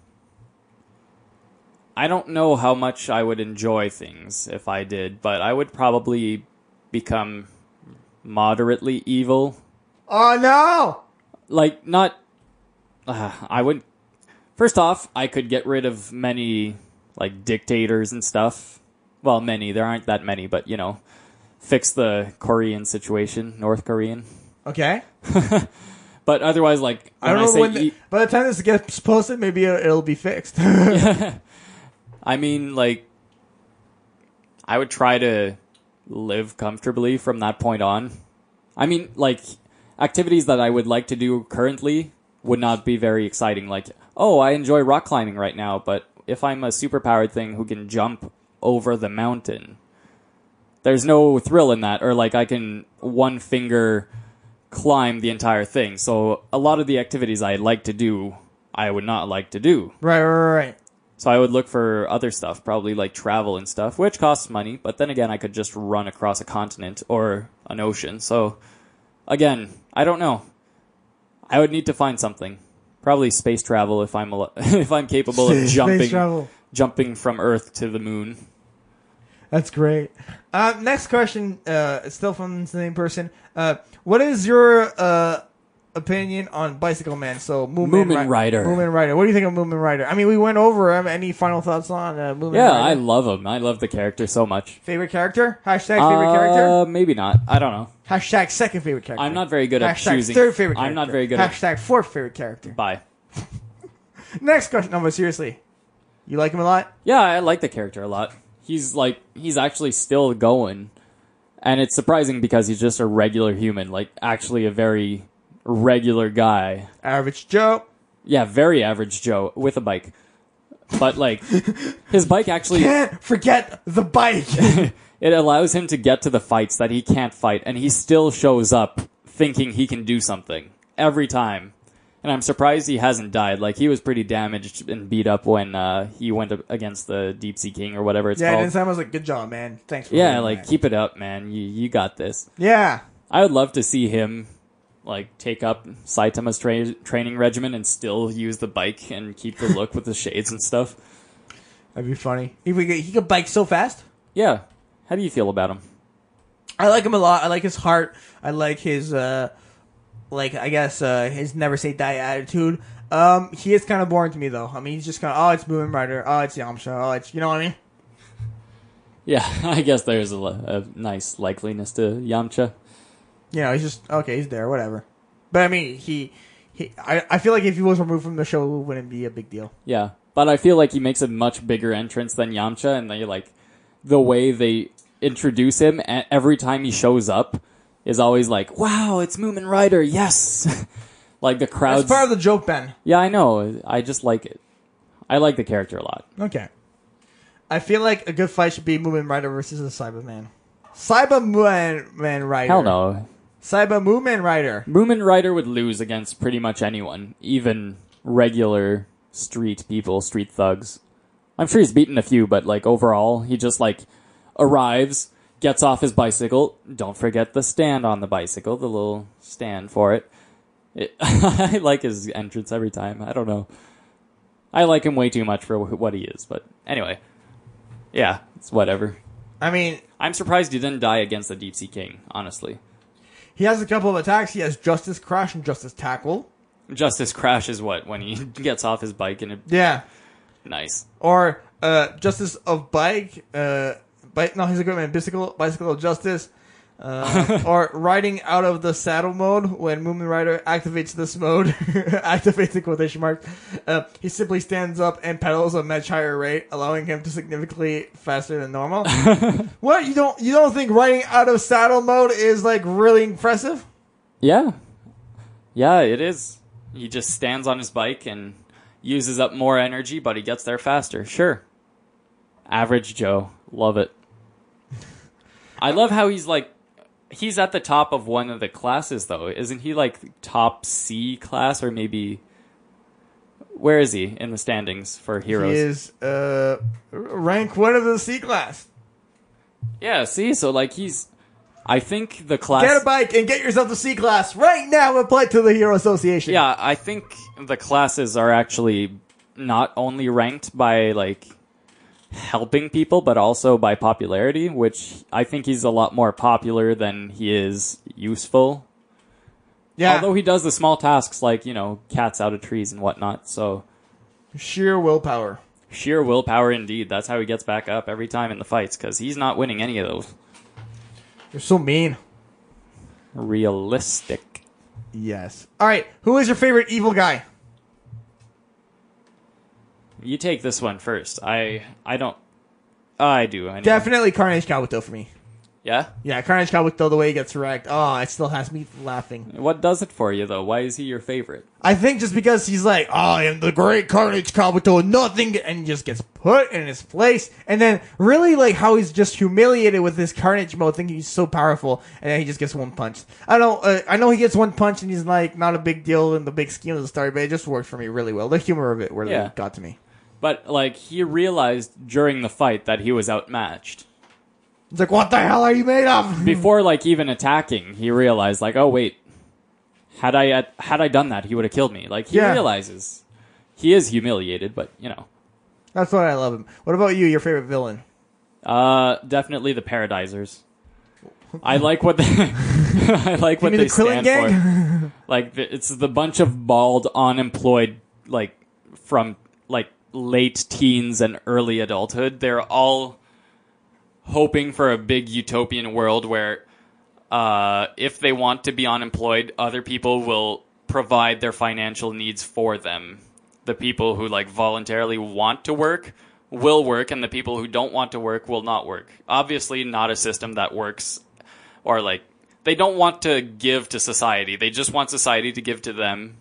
Speaker 1: I don't know how much I would enjoy things if I did, but I would probably become moderately evil
Speaker 3: Oh no!
Speaker 1: like not uh, i would first off i could get rid of many like dictators and stuff well many there aren't that many but you know fix the korean situation north korean
Speaker 3: Okay."
Speaker 1: but otherwise like
Speaker 3: I
Speaker 1: when i,
Speaker 3: don't know
Speaker 1: say
Speaker 3: when. the-
Speaker 1: e-
Speaker 3: by the time this gets posted, maybe it'll, it'll be fixed.
Speaker 1: i mean like i would try to live comfortably from that point on i mean like activities that i would like to do currently would not be very exciting like oh i enjoy rock climbing right now but if i'm a superpowered thing who can jump over the mountain there's no thrill in that or like i can one finger climb the entire thing so a lot of the activities i like to do i would not like to do
Speaker 3: right, right, right, right.
Speaker 1: so I would look for other stuff, probably like travel and stuff, which costs money. But then again, I could just run across a continent or an ocean. So again, I don't know. I would need to find something. Probably space travel if I'm al- if I'm capable of
Speaker 3: Space
Speaker 1: jumping
Speaker 3: travel.
Speaker 1: jumping from Earth to the moon.
Speaker 3: That's great. Uh, next question, uh, it's still from the same person. Uh, what is your uh, opinion on Bicycle Man? So Moomin,
Speaker 1: Moomin Rider.
Speaker 3: Moomin Rider. What do you think of Moomin Rider? I mean, we went over him. Any final thoughts on uh, Moomin
Speaker 1: Yeah, I
Speaker 3: Rider?
Speaker 1: love him. I love the character so much.
Speaker 3: favorite character? Hashtag favorite
Speaker 1: uh,
Speaker 3: character.
Speaker 1: Maybe not. I don't know.
Speaker 3: Hashtag second favorite character.
Speaker 1: I'm not very good at
Speaker 3: Hashtag
Speaker 1: choosing.
Speaker 3: third favorite. Character.
Speaker 1: I'm not very good at.
Speaker 3: Hashtag fourth favorite character.
Speaker 1: Bye.
Speaker 3: Next question. No, but seriously, you like him a lot.
Speaker 1: Yeah, I like the character a lot. He's like he's actually still going. And it's surprising because he's just a regular human, like actually a very regular guy.
Speaker 3: Average Joe.
Speaker 1: Yeah, very average Joe with a bike. But like his bike actually
Speaker 3: can't forget the bike.
Speaker 1: it allows him to get to the fights that he can't fight and he still shows up thinking he can do something every time. And I'm surprised he hasn't died. Like he was pretty damaged and beat up when uh, he went up against the Deep Sea King or whatever it's
Speaker 3: yeah,
Speaker 1: called.
Speaker 3: and then I was like, "Good job, man. Thanks." For
Speaker 1: Oh. Yeah,
Speaker 3: doing
Speaker 1: like
Speaker 3: that."
Speaker 1: keep it up, Oh, man. You you got this.
Speaker 3: yeah,
Speaker 1: I would love to see him like take up Saitama's tra- training regimen and still use the bike and keep the look with the shades and stuff.
Speaker 3: that'd be funny. He could, he could bike so fast.
Speaker 1: Yeah. How do you feel about him?
Speaker 3: I like him a lot. I like his heart. I like his, uh like I guess uh his never say die attitude. Um, he is kind of boring to me though. I mean, he's just kind of oh, it's Boom Rider. Oh, it's Yamcha. Oh, it's you know what I mean.
Speaker 1: Yeah, I guess there's a, li- a nice likeliness to Yamcha.
Speaker 3: You know, he's just okay. He's there, whatever. But I mean, he. He, I, I feel like if he was removed from the show, it wouldn't be a big deal.
Speaker 1: Yeah, but I feel like he makes a much bigger entrance than Yamcha, and they like the way they introduce him and every time he shows up is always like, "Wow, it's Moomin Rider!" Yes, like the crowds.
Speaker 3: That's part of the joke, Ben.
Speaker 1: Yeah, I know. I just like it. I like the character a lot.
Speaker 3: Okay. I feel like a good fight should be Moomin Rider versus the Cyberman. Cyberman Man Rider.
Speaker 1: Hell no.
Speaker 3: Cyber Moomin Rider.
Speaker 1: Moomin Rider would lose against pretty much anyone, even regular street people, street thugs. I'm sure he's beaten a few, but like overall, he just like arrives, gets off his bicycle. Don't forget the stand on the bicycle, the little stand for it. it I like his entrance every time. I don't know. I like him way too much for wh- what he is, but anyway. Yeah, it's whatever.
Speaker 3: I mean,
Speaker 1: I'm surprised he didn't die against the Deep Sea King, honestly.
Speaker 3: he has a couple of attacks. He has Justice Crash and Justice Tackle.
Speaker 1: Justice Crash is what? When he gets off his bike and it.
Speaker 3: Yeah.
Speaker 1: Nice.
Speaker 3: Or uh, Justice of Bike. Uh, bike no, he's a good man. Bicycle, bicycle of Justice. Uh, or riding out of the saddle mode when Moomin Rider activates this mode, activates the quotation mark. Uh, he simply stands up and pedals a much higher rate, allowing him to significantly faster than normal. what you don't you don't think riding out of saddle mode is like really impressive?
Speaker 1: Yeah. Yeah, it is. He just stands on his bike and uses up more energy, but he gets there faster. Sure. Average Joe. Love it. I love how he's like he's at the top of one of the classes though. Isn't he like top C class or maybe where is he in the standings for heroes?
Speaker 3: He is uh, rank one of the C class.
Speaker 1: Yeah, see, so like he's I think the class
Speaker 3: Get a bike and get yourself to C class right now. Apply to the Hero Association.
Speaker 1: Yeah, I think the classes are actually not only ranked by like helping people, but also by popularity, which I think he's a lot more popular than he is useful.
Speaker 3: yeah.
Speaker 1: Although he does the small tasks like, you know, cats out of trees and whatnot. So
Speaker 3: sheer willpower.
Speaker 1: sheer willpower indeed. That's how he gets back up every time in the fights because he's not winning any of those.
Speaker 3: You're so mean.
Speaker 1: Realistic.
Speaker 3: Yes. All right. Who is your favorite evil guy?
Speaker 1: You take this one first. I I don't. I do. Anyway.
Speaker 3: Definitely Carnage Kabuto for me.
Speaker 1: Yeah.
Speaker 3: Yeah, Carnage Kabuto. The way he gets wrecked. Oh, it still has me laughing.
Speaker 1: What does it for you though? Why is he your favorite?
Speaker 3: I think just because he's like, "Oh, I am the great Carnage Kabuto, nothing, and he just gets put in his place. And then really like how he's just humiliated with his Carnage mode, thinking he's so powerful, and then he just gets one punch. I don't, uh, I know he gets one punch and he's like not a big deal in the big scheme of the story, but it just worked for me really well. The humor of it really
Speaker 1: Yeah.
Speaker 3: got to me.
Speaker 1: But like he realized during the fight that he was outmatched.
Speaker 3: Hmm. It's like, what the hell are you made of?
Speaker 1: Before like even attacking, he realized like, oh wait, had I had I done that, he would have killed me. Like he
Speaker 3: Yeah.
Speaker 1: realizes he is humiliated, but you know,
Speaker 3: That's what I love him. What about you? Your favorite villain?
Speaker 1: uh, definitely the Paradisers. I like what they, I like what
Speaker 3: mean
Speaker 1: they
Speaker 3: the Krillin
Speaker 1: stand for. Like the, it's the bunch of bald, unemployed, like from like late teens and early adulthood. They're all hoping for a big utopian world where uh, if they want to be unemployed, other people will provide their financial needs for them. The people who like voluntarily want to work will work, and the people who don't want to work will not work. Obviously, not a system that works, or like they don't want to give to society. They just want society to give to them.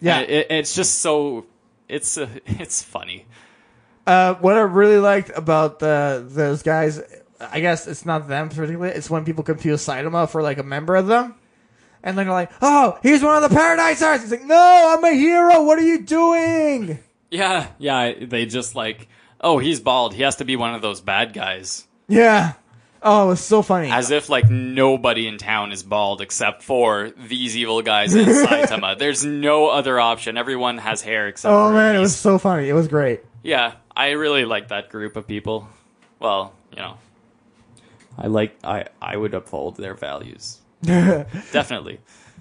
Speaker 3: Yeah.
Speaker 1: It- it- it's just so it's uh, it's funny.
Speaker 3: Uh, what I really liked about the, those guys, I guess it's not them particularly. It's when people confuse Saitama for like a member of them, and they're like, "Oh, he's one of the Paradisers." He's like, "No, I'm a hero. What are you doing?"
Speaker 1: Yeah, yeah. They just like, oh, he's bald. He has to be one of those bad guys.
Speaker 3: Yeah. Oh, it was so funny.
Speaker 1: As if like nobody in town is bald except for these evil guys in Saitama. There's no other option. Everyone has hair except.
Speaker 3: oh
Speaker 1: for
Speaker 3: man, it
Speaker 1: these-
Speaker 3: was so funny. It was great.
Speaker 1: Yeah, I really like that group of people. Well, you know, I like I I would uphold their values. Definitely.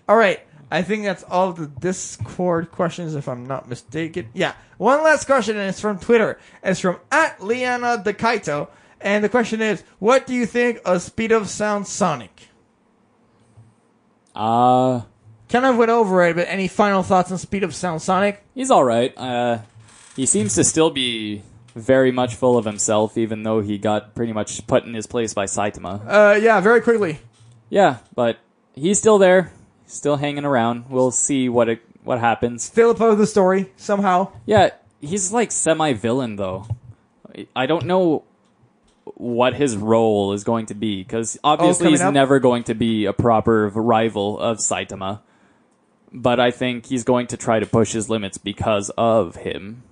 Speaker 3: All right. I think that's all the Discord questions, if I'm not mistaken. Yeah. One last question, and it's from Twitter. It's from at Liana DeKaito. And the question is, what do you think of Speed of Sound Sonic?
Speaker 1: Uh
Speaker 3: Kind of went over it, but any final thoughts on Speed of Sound Sonic?
Speaker 1: he's all right. Uh, he seems to still be very much full of himself, even though he got pretty much put in his place by Saitama.
Speaker 3: Uh, yeah, very quickly.
Speaker 1: Yeah, but he's still there, still hanging around. We'll see what it what happens.
Speaker 3: Still a part of the story, somehow.
Speaker 1: Yeah, he's like semi villain though. I don't know what his role is going to be because obviously
Speaker 3: Oh, coming
Speaker 1: he's
Speaker 3: up?
Speaker 1: never going to be a proper rival of Saitama. But I think he's going to try to push his limits because of him.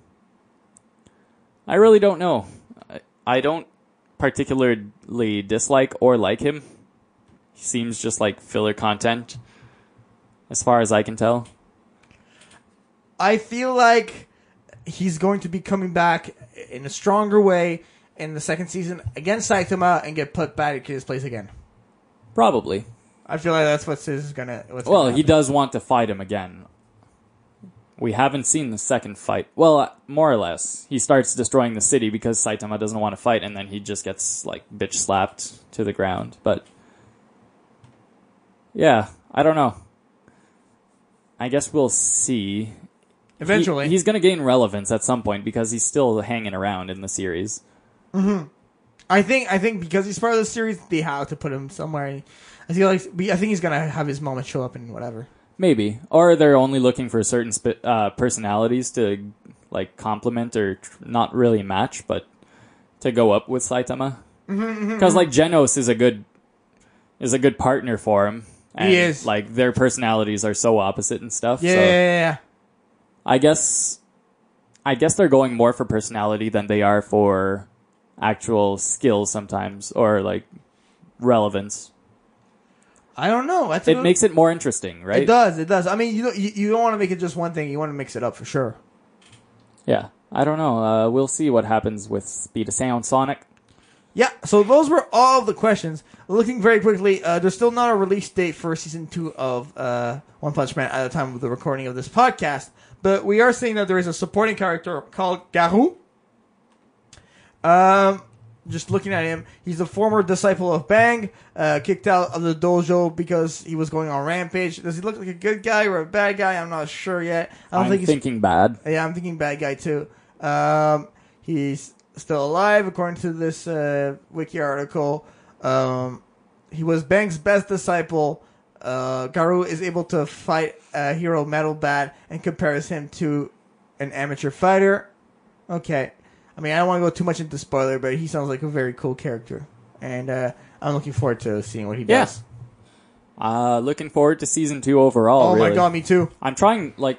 Speaker 1: I really don't know. I, I don't particularly dislike or like him. He seems just like filler content, as far as I can tell.
Speaker 3: I feel like he's going to be coming back in a stronger way in the second season against Saitama and get put back to his place again.
Speaker 1: Probably.
Speaker 3: I feel like that's what's is gonna. What's
Speaker 1: Well,
Speaker 3: gonna
Speaker 1: he
Speaker 3: happen.
Speaker 1: does want to fight him again. We haven't seen the second fight. Well, uh, more or less. He starts destroying the city because Saitama doesn't want to fight, and then he just gets, like, bitch slapped to the ground. But. Yeah, I don't know. I guess we'll see. He-
Speaker 3: eventually.
Speaker 1: he's going to gain relevance at some point because he's still hanging around in the series.
Speaker 3: I think I think because he's part of the series, they have to put him somewhere. I feel like I think he's gonna have his moment show up in whatever.
Speaker 1: Maybe, or they're only looking for certain sp- uh, personalities to like complement or tr- not really match, but to go up with Saitama.
Speaker 3: Mm-hmm,
Speaker 1: Because like Genos is a good is a good partner for him. And,
Speaker 3: is.
Speaker 1: Like their personalities are so opposite and stuff.
Speaker 3: Yeah,
Speaker 1: so
Speaker 3: yeah, yeah,
Speaker 1: I guess I guess they're going more for personality than they are for actual skill sometimes or like relevance.
Speaker 3: I don't know. That's a
Speaker 1: It
Speaker 3: good-
Speaker 1: makes it more interesting, right?
Speaker 3: it does it does. I mean, you don't, you, you don't want to make it just one thing. You want to mix it up for sure.
Speaker 1: Yeah, I don't know. Uh, we'll see what happens with Speed of Sound Sonic.
Speaker 3: Yeah. So those were all the questions. Looking very quickly, uh, there's still not a release date for season two of uh, One Punch Man at the time of the recording of this podcast, but we are seeing that there is a supporting character called Garou. Um, just looking at him, he's a former disciple of Bang, uh, kicked out of the dojo because he was going on rampage. Does he look like a good guy or a bad guy? I'm not sure yet. I
Speaker 1: I
Speaker 3: don't
Speaker 1: am
Speaker 3: think he's
Speaker 1: thinking bad.
Speaker 3: yeah, I'm thinking bad guy too. Um, he's still alive, according to this uh, wiki article. Um, he was Bang's best disciple. Uh, Garu is able to fight a hero Metal Bat and compares him to an amateur fighter. Okay, I mean I don't want to go too much into spoiler, but he sounds like a very cool character, and uh, I'm looking forward to seeing what he
Speaker 1: Yeah.
Speaker 3: does.
Speaker 1: Uh, looking forward to season two overall.
Speaker 3: Oh my
Speaker 1: really.
Speaker 3: god, me too.
Speaker 1: I'm trying. Like,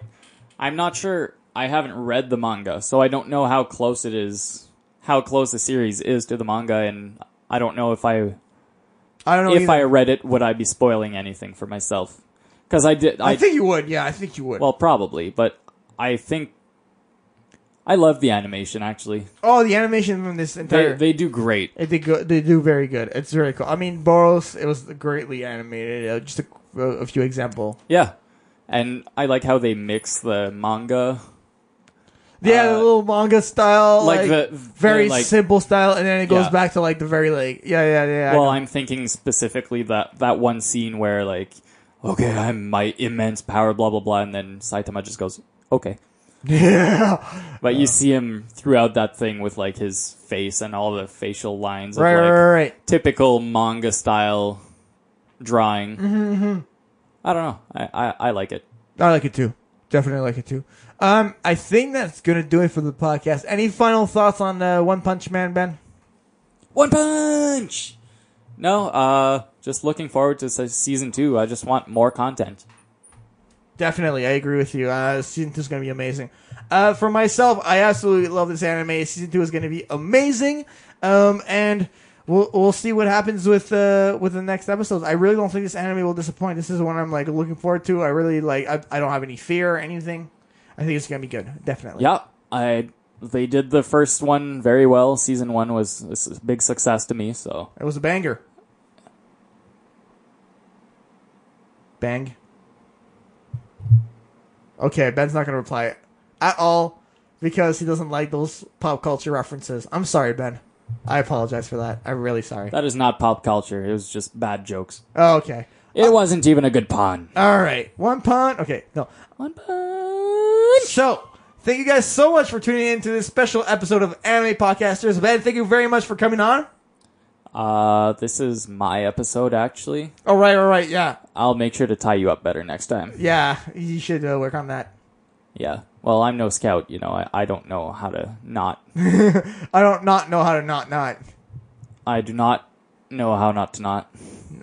Speaker 1: I'm not sure. I haven't read the manga, so I don't know how close it is. How close the series is to the manga, and I don't know if I
Speaker 3: I don't know
Speaker 1: if
Speaker 3: Oh, either.
Speaker 1: I read it would I be spoiling anything for myself? Because I did.
Speaker 3: I
Speaker 1: I
Speaker 3: think you would. Yeah, I think you would.
Speaker 1: well probably, but I think I love the animation. Actually,
Speaker 3: oh, the animation from this entire
Speaker 1: they they do great.
Speaker 3: It did go, they do very good. It's very cool. I mean, Boros, it was greatly animated. Uh, just a, a few example.
Speaker 1: Yeah, and I like how they mix the manga
Speaker 3: Yeah, the
Speaker 1: Uh,
Speaker 3: little manga style, like,
Speaker 1: like the-
Speaker 3: very
Speaker 1: the, like-
Speaker 3: simple style, and then it goes
Speaker 1: Yeah.
Speaker 3: back to like the very like yeah yeah yeah. I
Speaker 1: well,
Speaker 3: know.
Speaker 1: I'm thinking specifically that that one scene where like, okay, I'm my immense power, blah blah blah, and then Saitama just goes, okay.
Speaker 3: yeah,
Speaker 1: But you see him throughout that thing with like his face and all the facial lines of
Speaker 3: right,
Speaker 1: like
Speaker 3: right right right.
Speaker 1: typical manga style drawing.
Speaker 3: Mm-hmm,
Speaker 1: I don't know. I, I I like it.
Speaker 3: I like it too. Definitely like it too. Um, I think that's gonna do it for the podcast. Any final thoughts on uh, One Punch Man, Ben?
Speaker 1: One punch. No, uh, just looking forward to se- season two. I just want more content.
Speaker 3: Definitely, I agree with you. Uh, season two is going to be amazing. Uh, for myself, I absolutely love this anime. Season two is going to be amazing, um, and we'll we'll see what happens with uh, with the next episodes. I really don't think this anime will disappoint. This is one I'm like looking forward to. I really like. I, I don't have any fear or anything. I think it's going to be good. Definitely.
Speaker 1: Yeah, I they did the first one very well. Season one was a s- big success to me, so
Speaker 3: It was a banger. Bang. Okay, Ben's not going to reply at all because he doesn't like those pop culture references. I'm sorry, Ben. I apologize for that. I'm really sorry.
Speaker 1: that is not pop culture. It was just bad jokes.
Speaker 3: Oh, okay.
Speaker 1: It wasn't even a good pun.
Speaker 3: All right. One pun. Okay, no.
Speaker 1: One punch.
Speaker 3: So, thank you guys so much for tuning in to this special episode of Anime Podcasters. Ben, thank you very much for coming on.
Speaker 1: Uh, this is my episode actually.
Speaker 3: All right, all right. Yeah.
Speaker 1: I'll make sure to tie you up better next time.
Speaker 3: Yeah, you should uh, work on that.
Speaker 1: Yeah. Well, I'm no scout, you know. I, I don't know how to not.
Speaker 3: I don't not know how to not not.
Speaker 1: I do not know how not to not.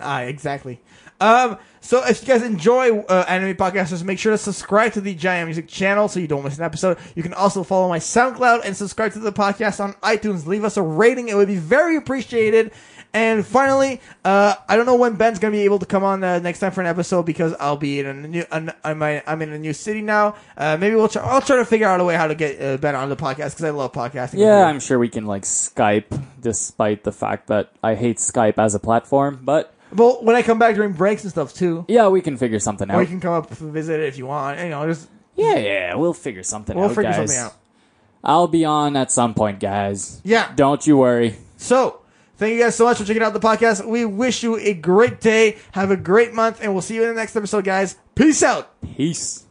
Speaker 3: Ah, exactly. Um, so if you guys enjoy uh, anime podcasters, make sure to subscribe to the Giant Music channel so you don't miss an episode. You can also follow my SoundCloud and subscribe to the podcast on iTunes. Leave us a rating; it would be very appreciated. And finally, uh, I don't know when Ben's gonna be able to come on uh, next time for an episode because I'll be in a new an, I'm, I'm in a new city now. Uh, maybe we'll try, I'll try to figure out a way how to get uh, Ben on the podcast because I love podcasting.
Speaker 1: Yeah, I'm sure we can like Skype, despite the fact that I hate Skype as a platform. But
Speaker 3: Well, when I come back during breaks and stuff too,
Speaker 1: yeah, we can figure something
Speaker 3: or you
Speaker 1: out.
Speaker 3: can come up and visit if you want. You know, just
Speaker 1: Yeah, yeah, we'll figure something
Speaker 3: we'll
Speaker 1: out,
Speaker 3: figure
Speaker 1: guys.
Speaker 3: something out.
Speaker 1: I'll be on at some point, guys.
Speaker 3: Yeah.
Speaker 1: Don't you worry.
Speaker 3: So, thank you guys so much for checking out the podcast. We wish you a great day. Have a great month, and we'll see you in the next episode, guys. Peace out.
Speaker 1: Peace.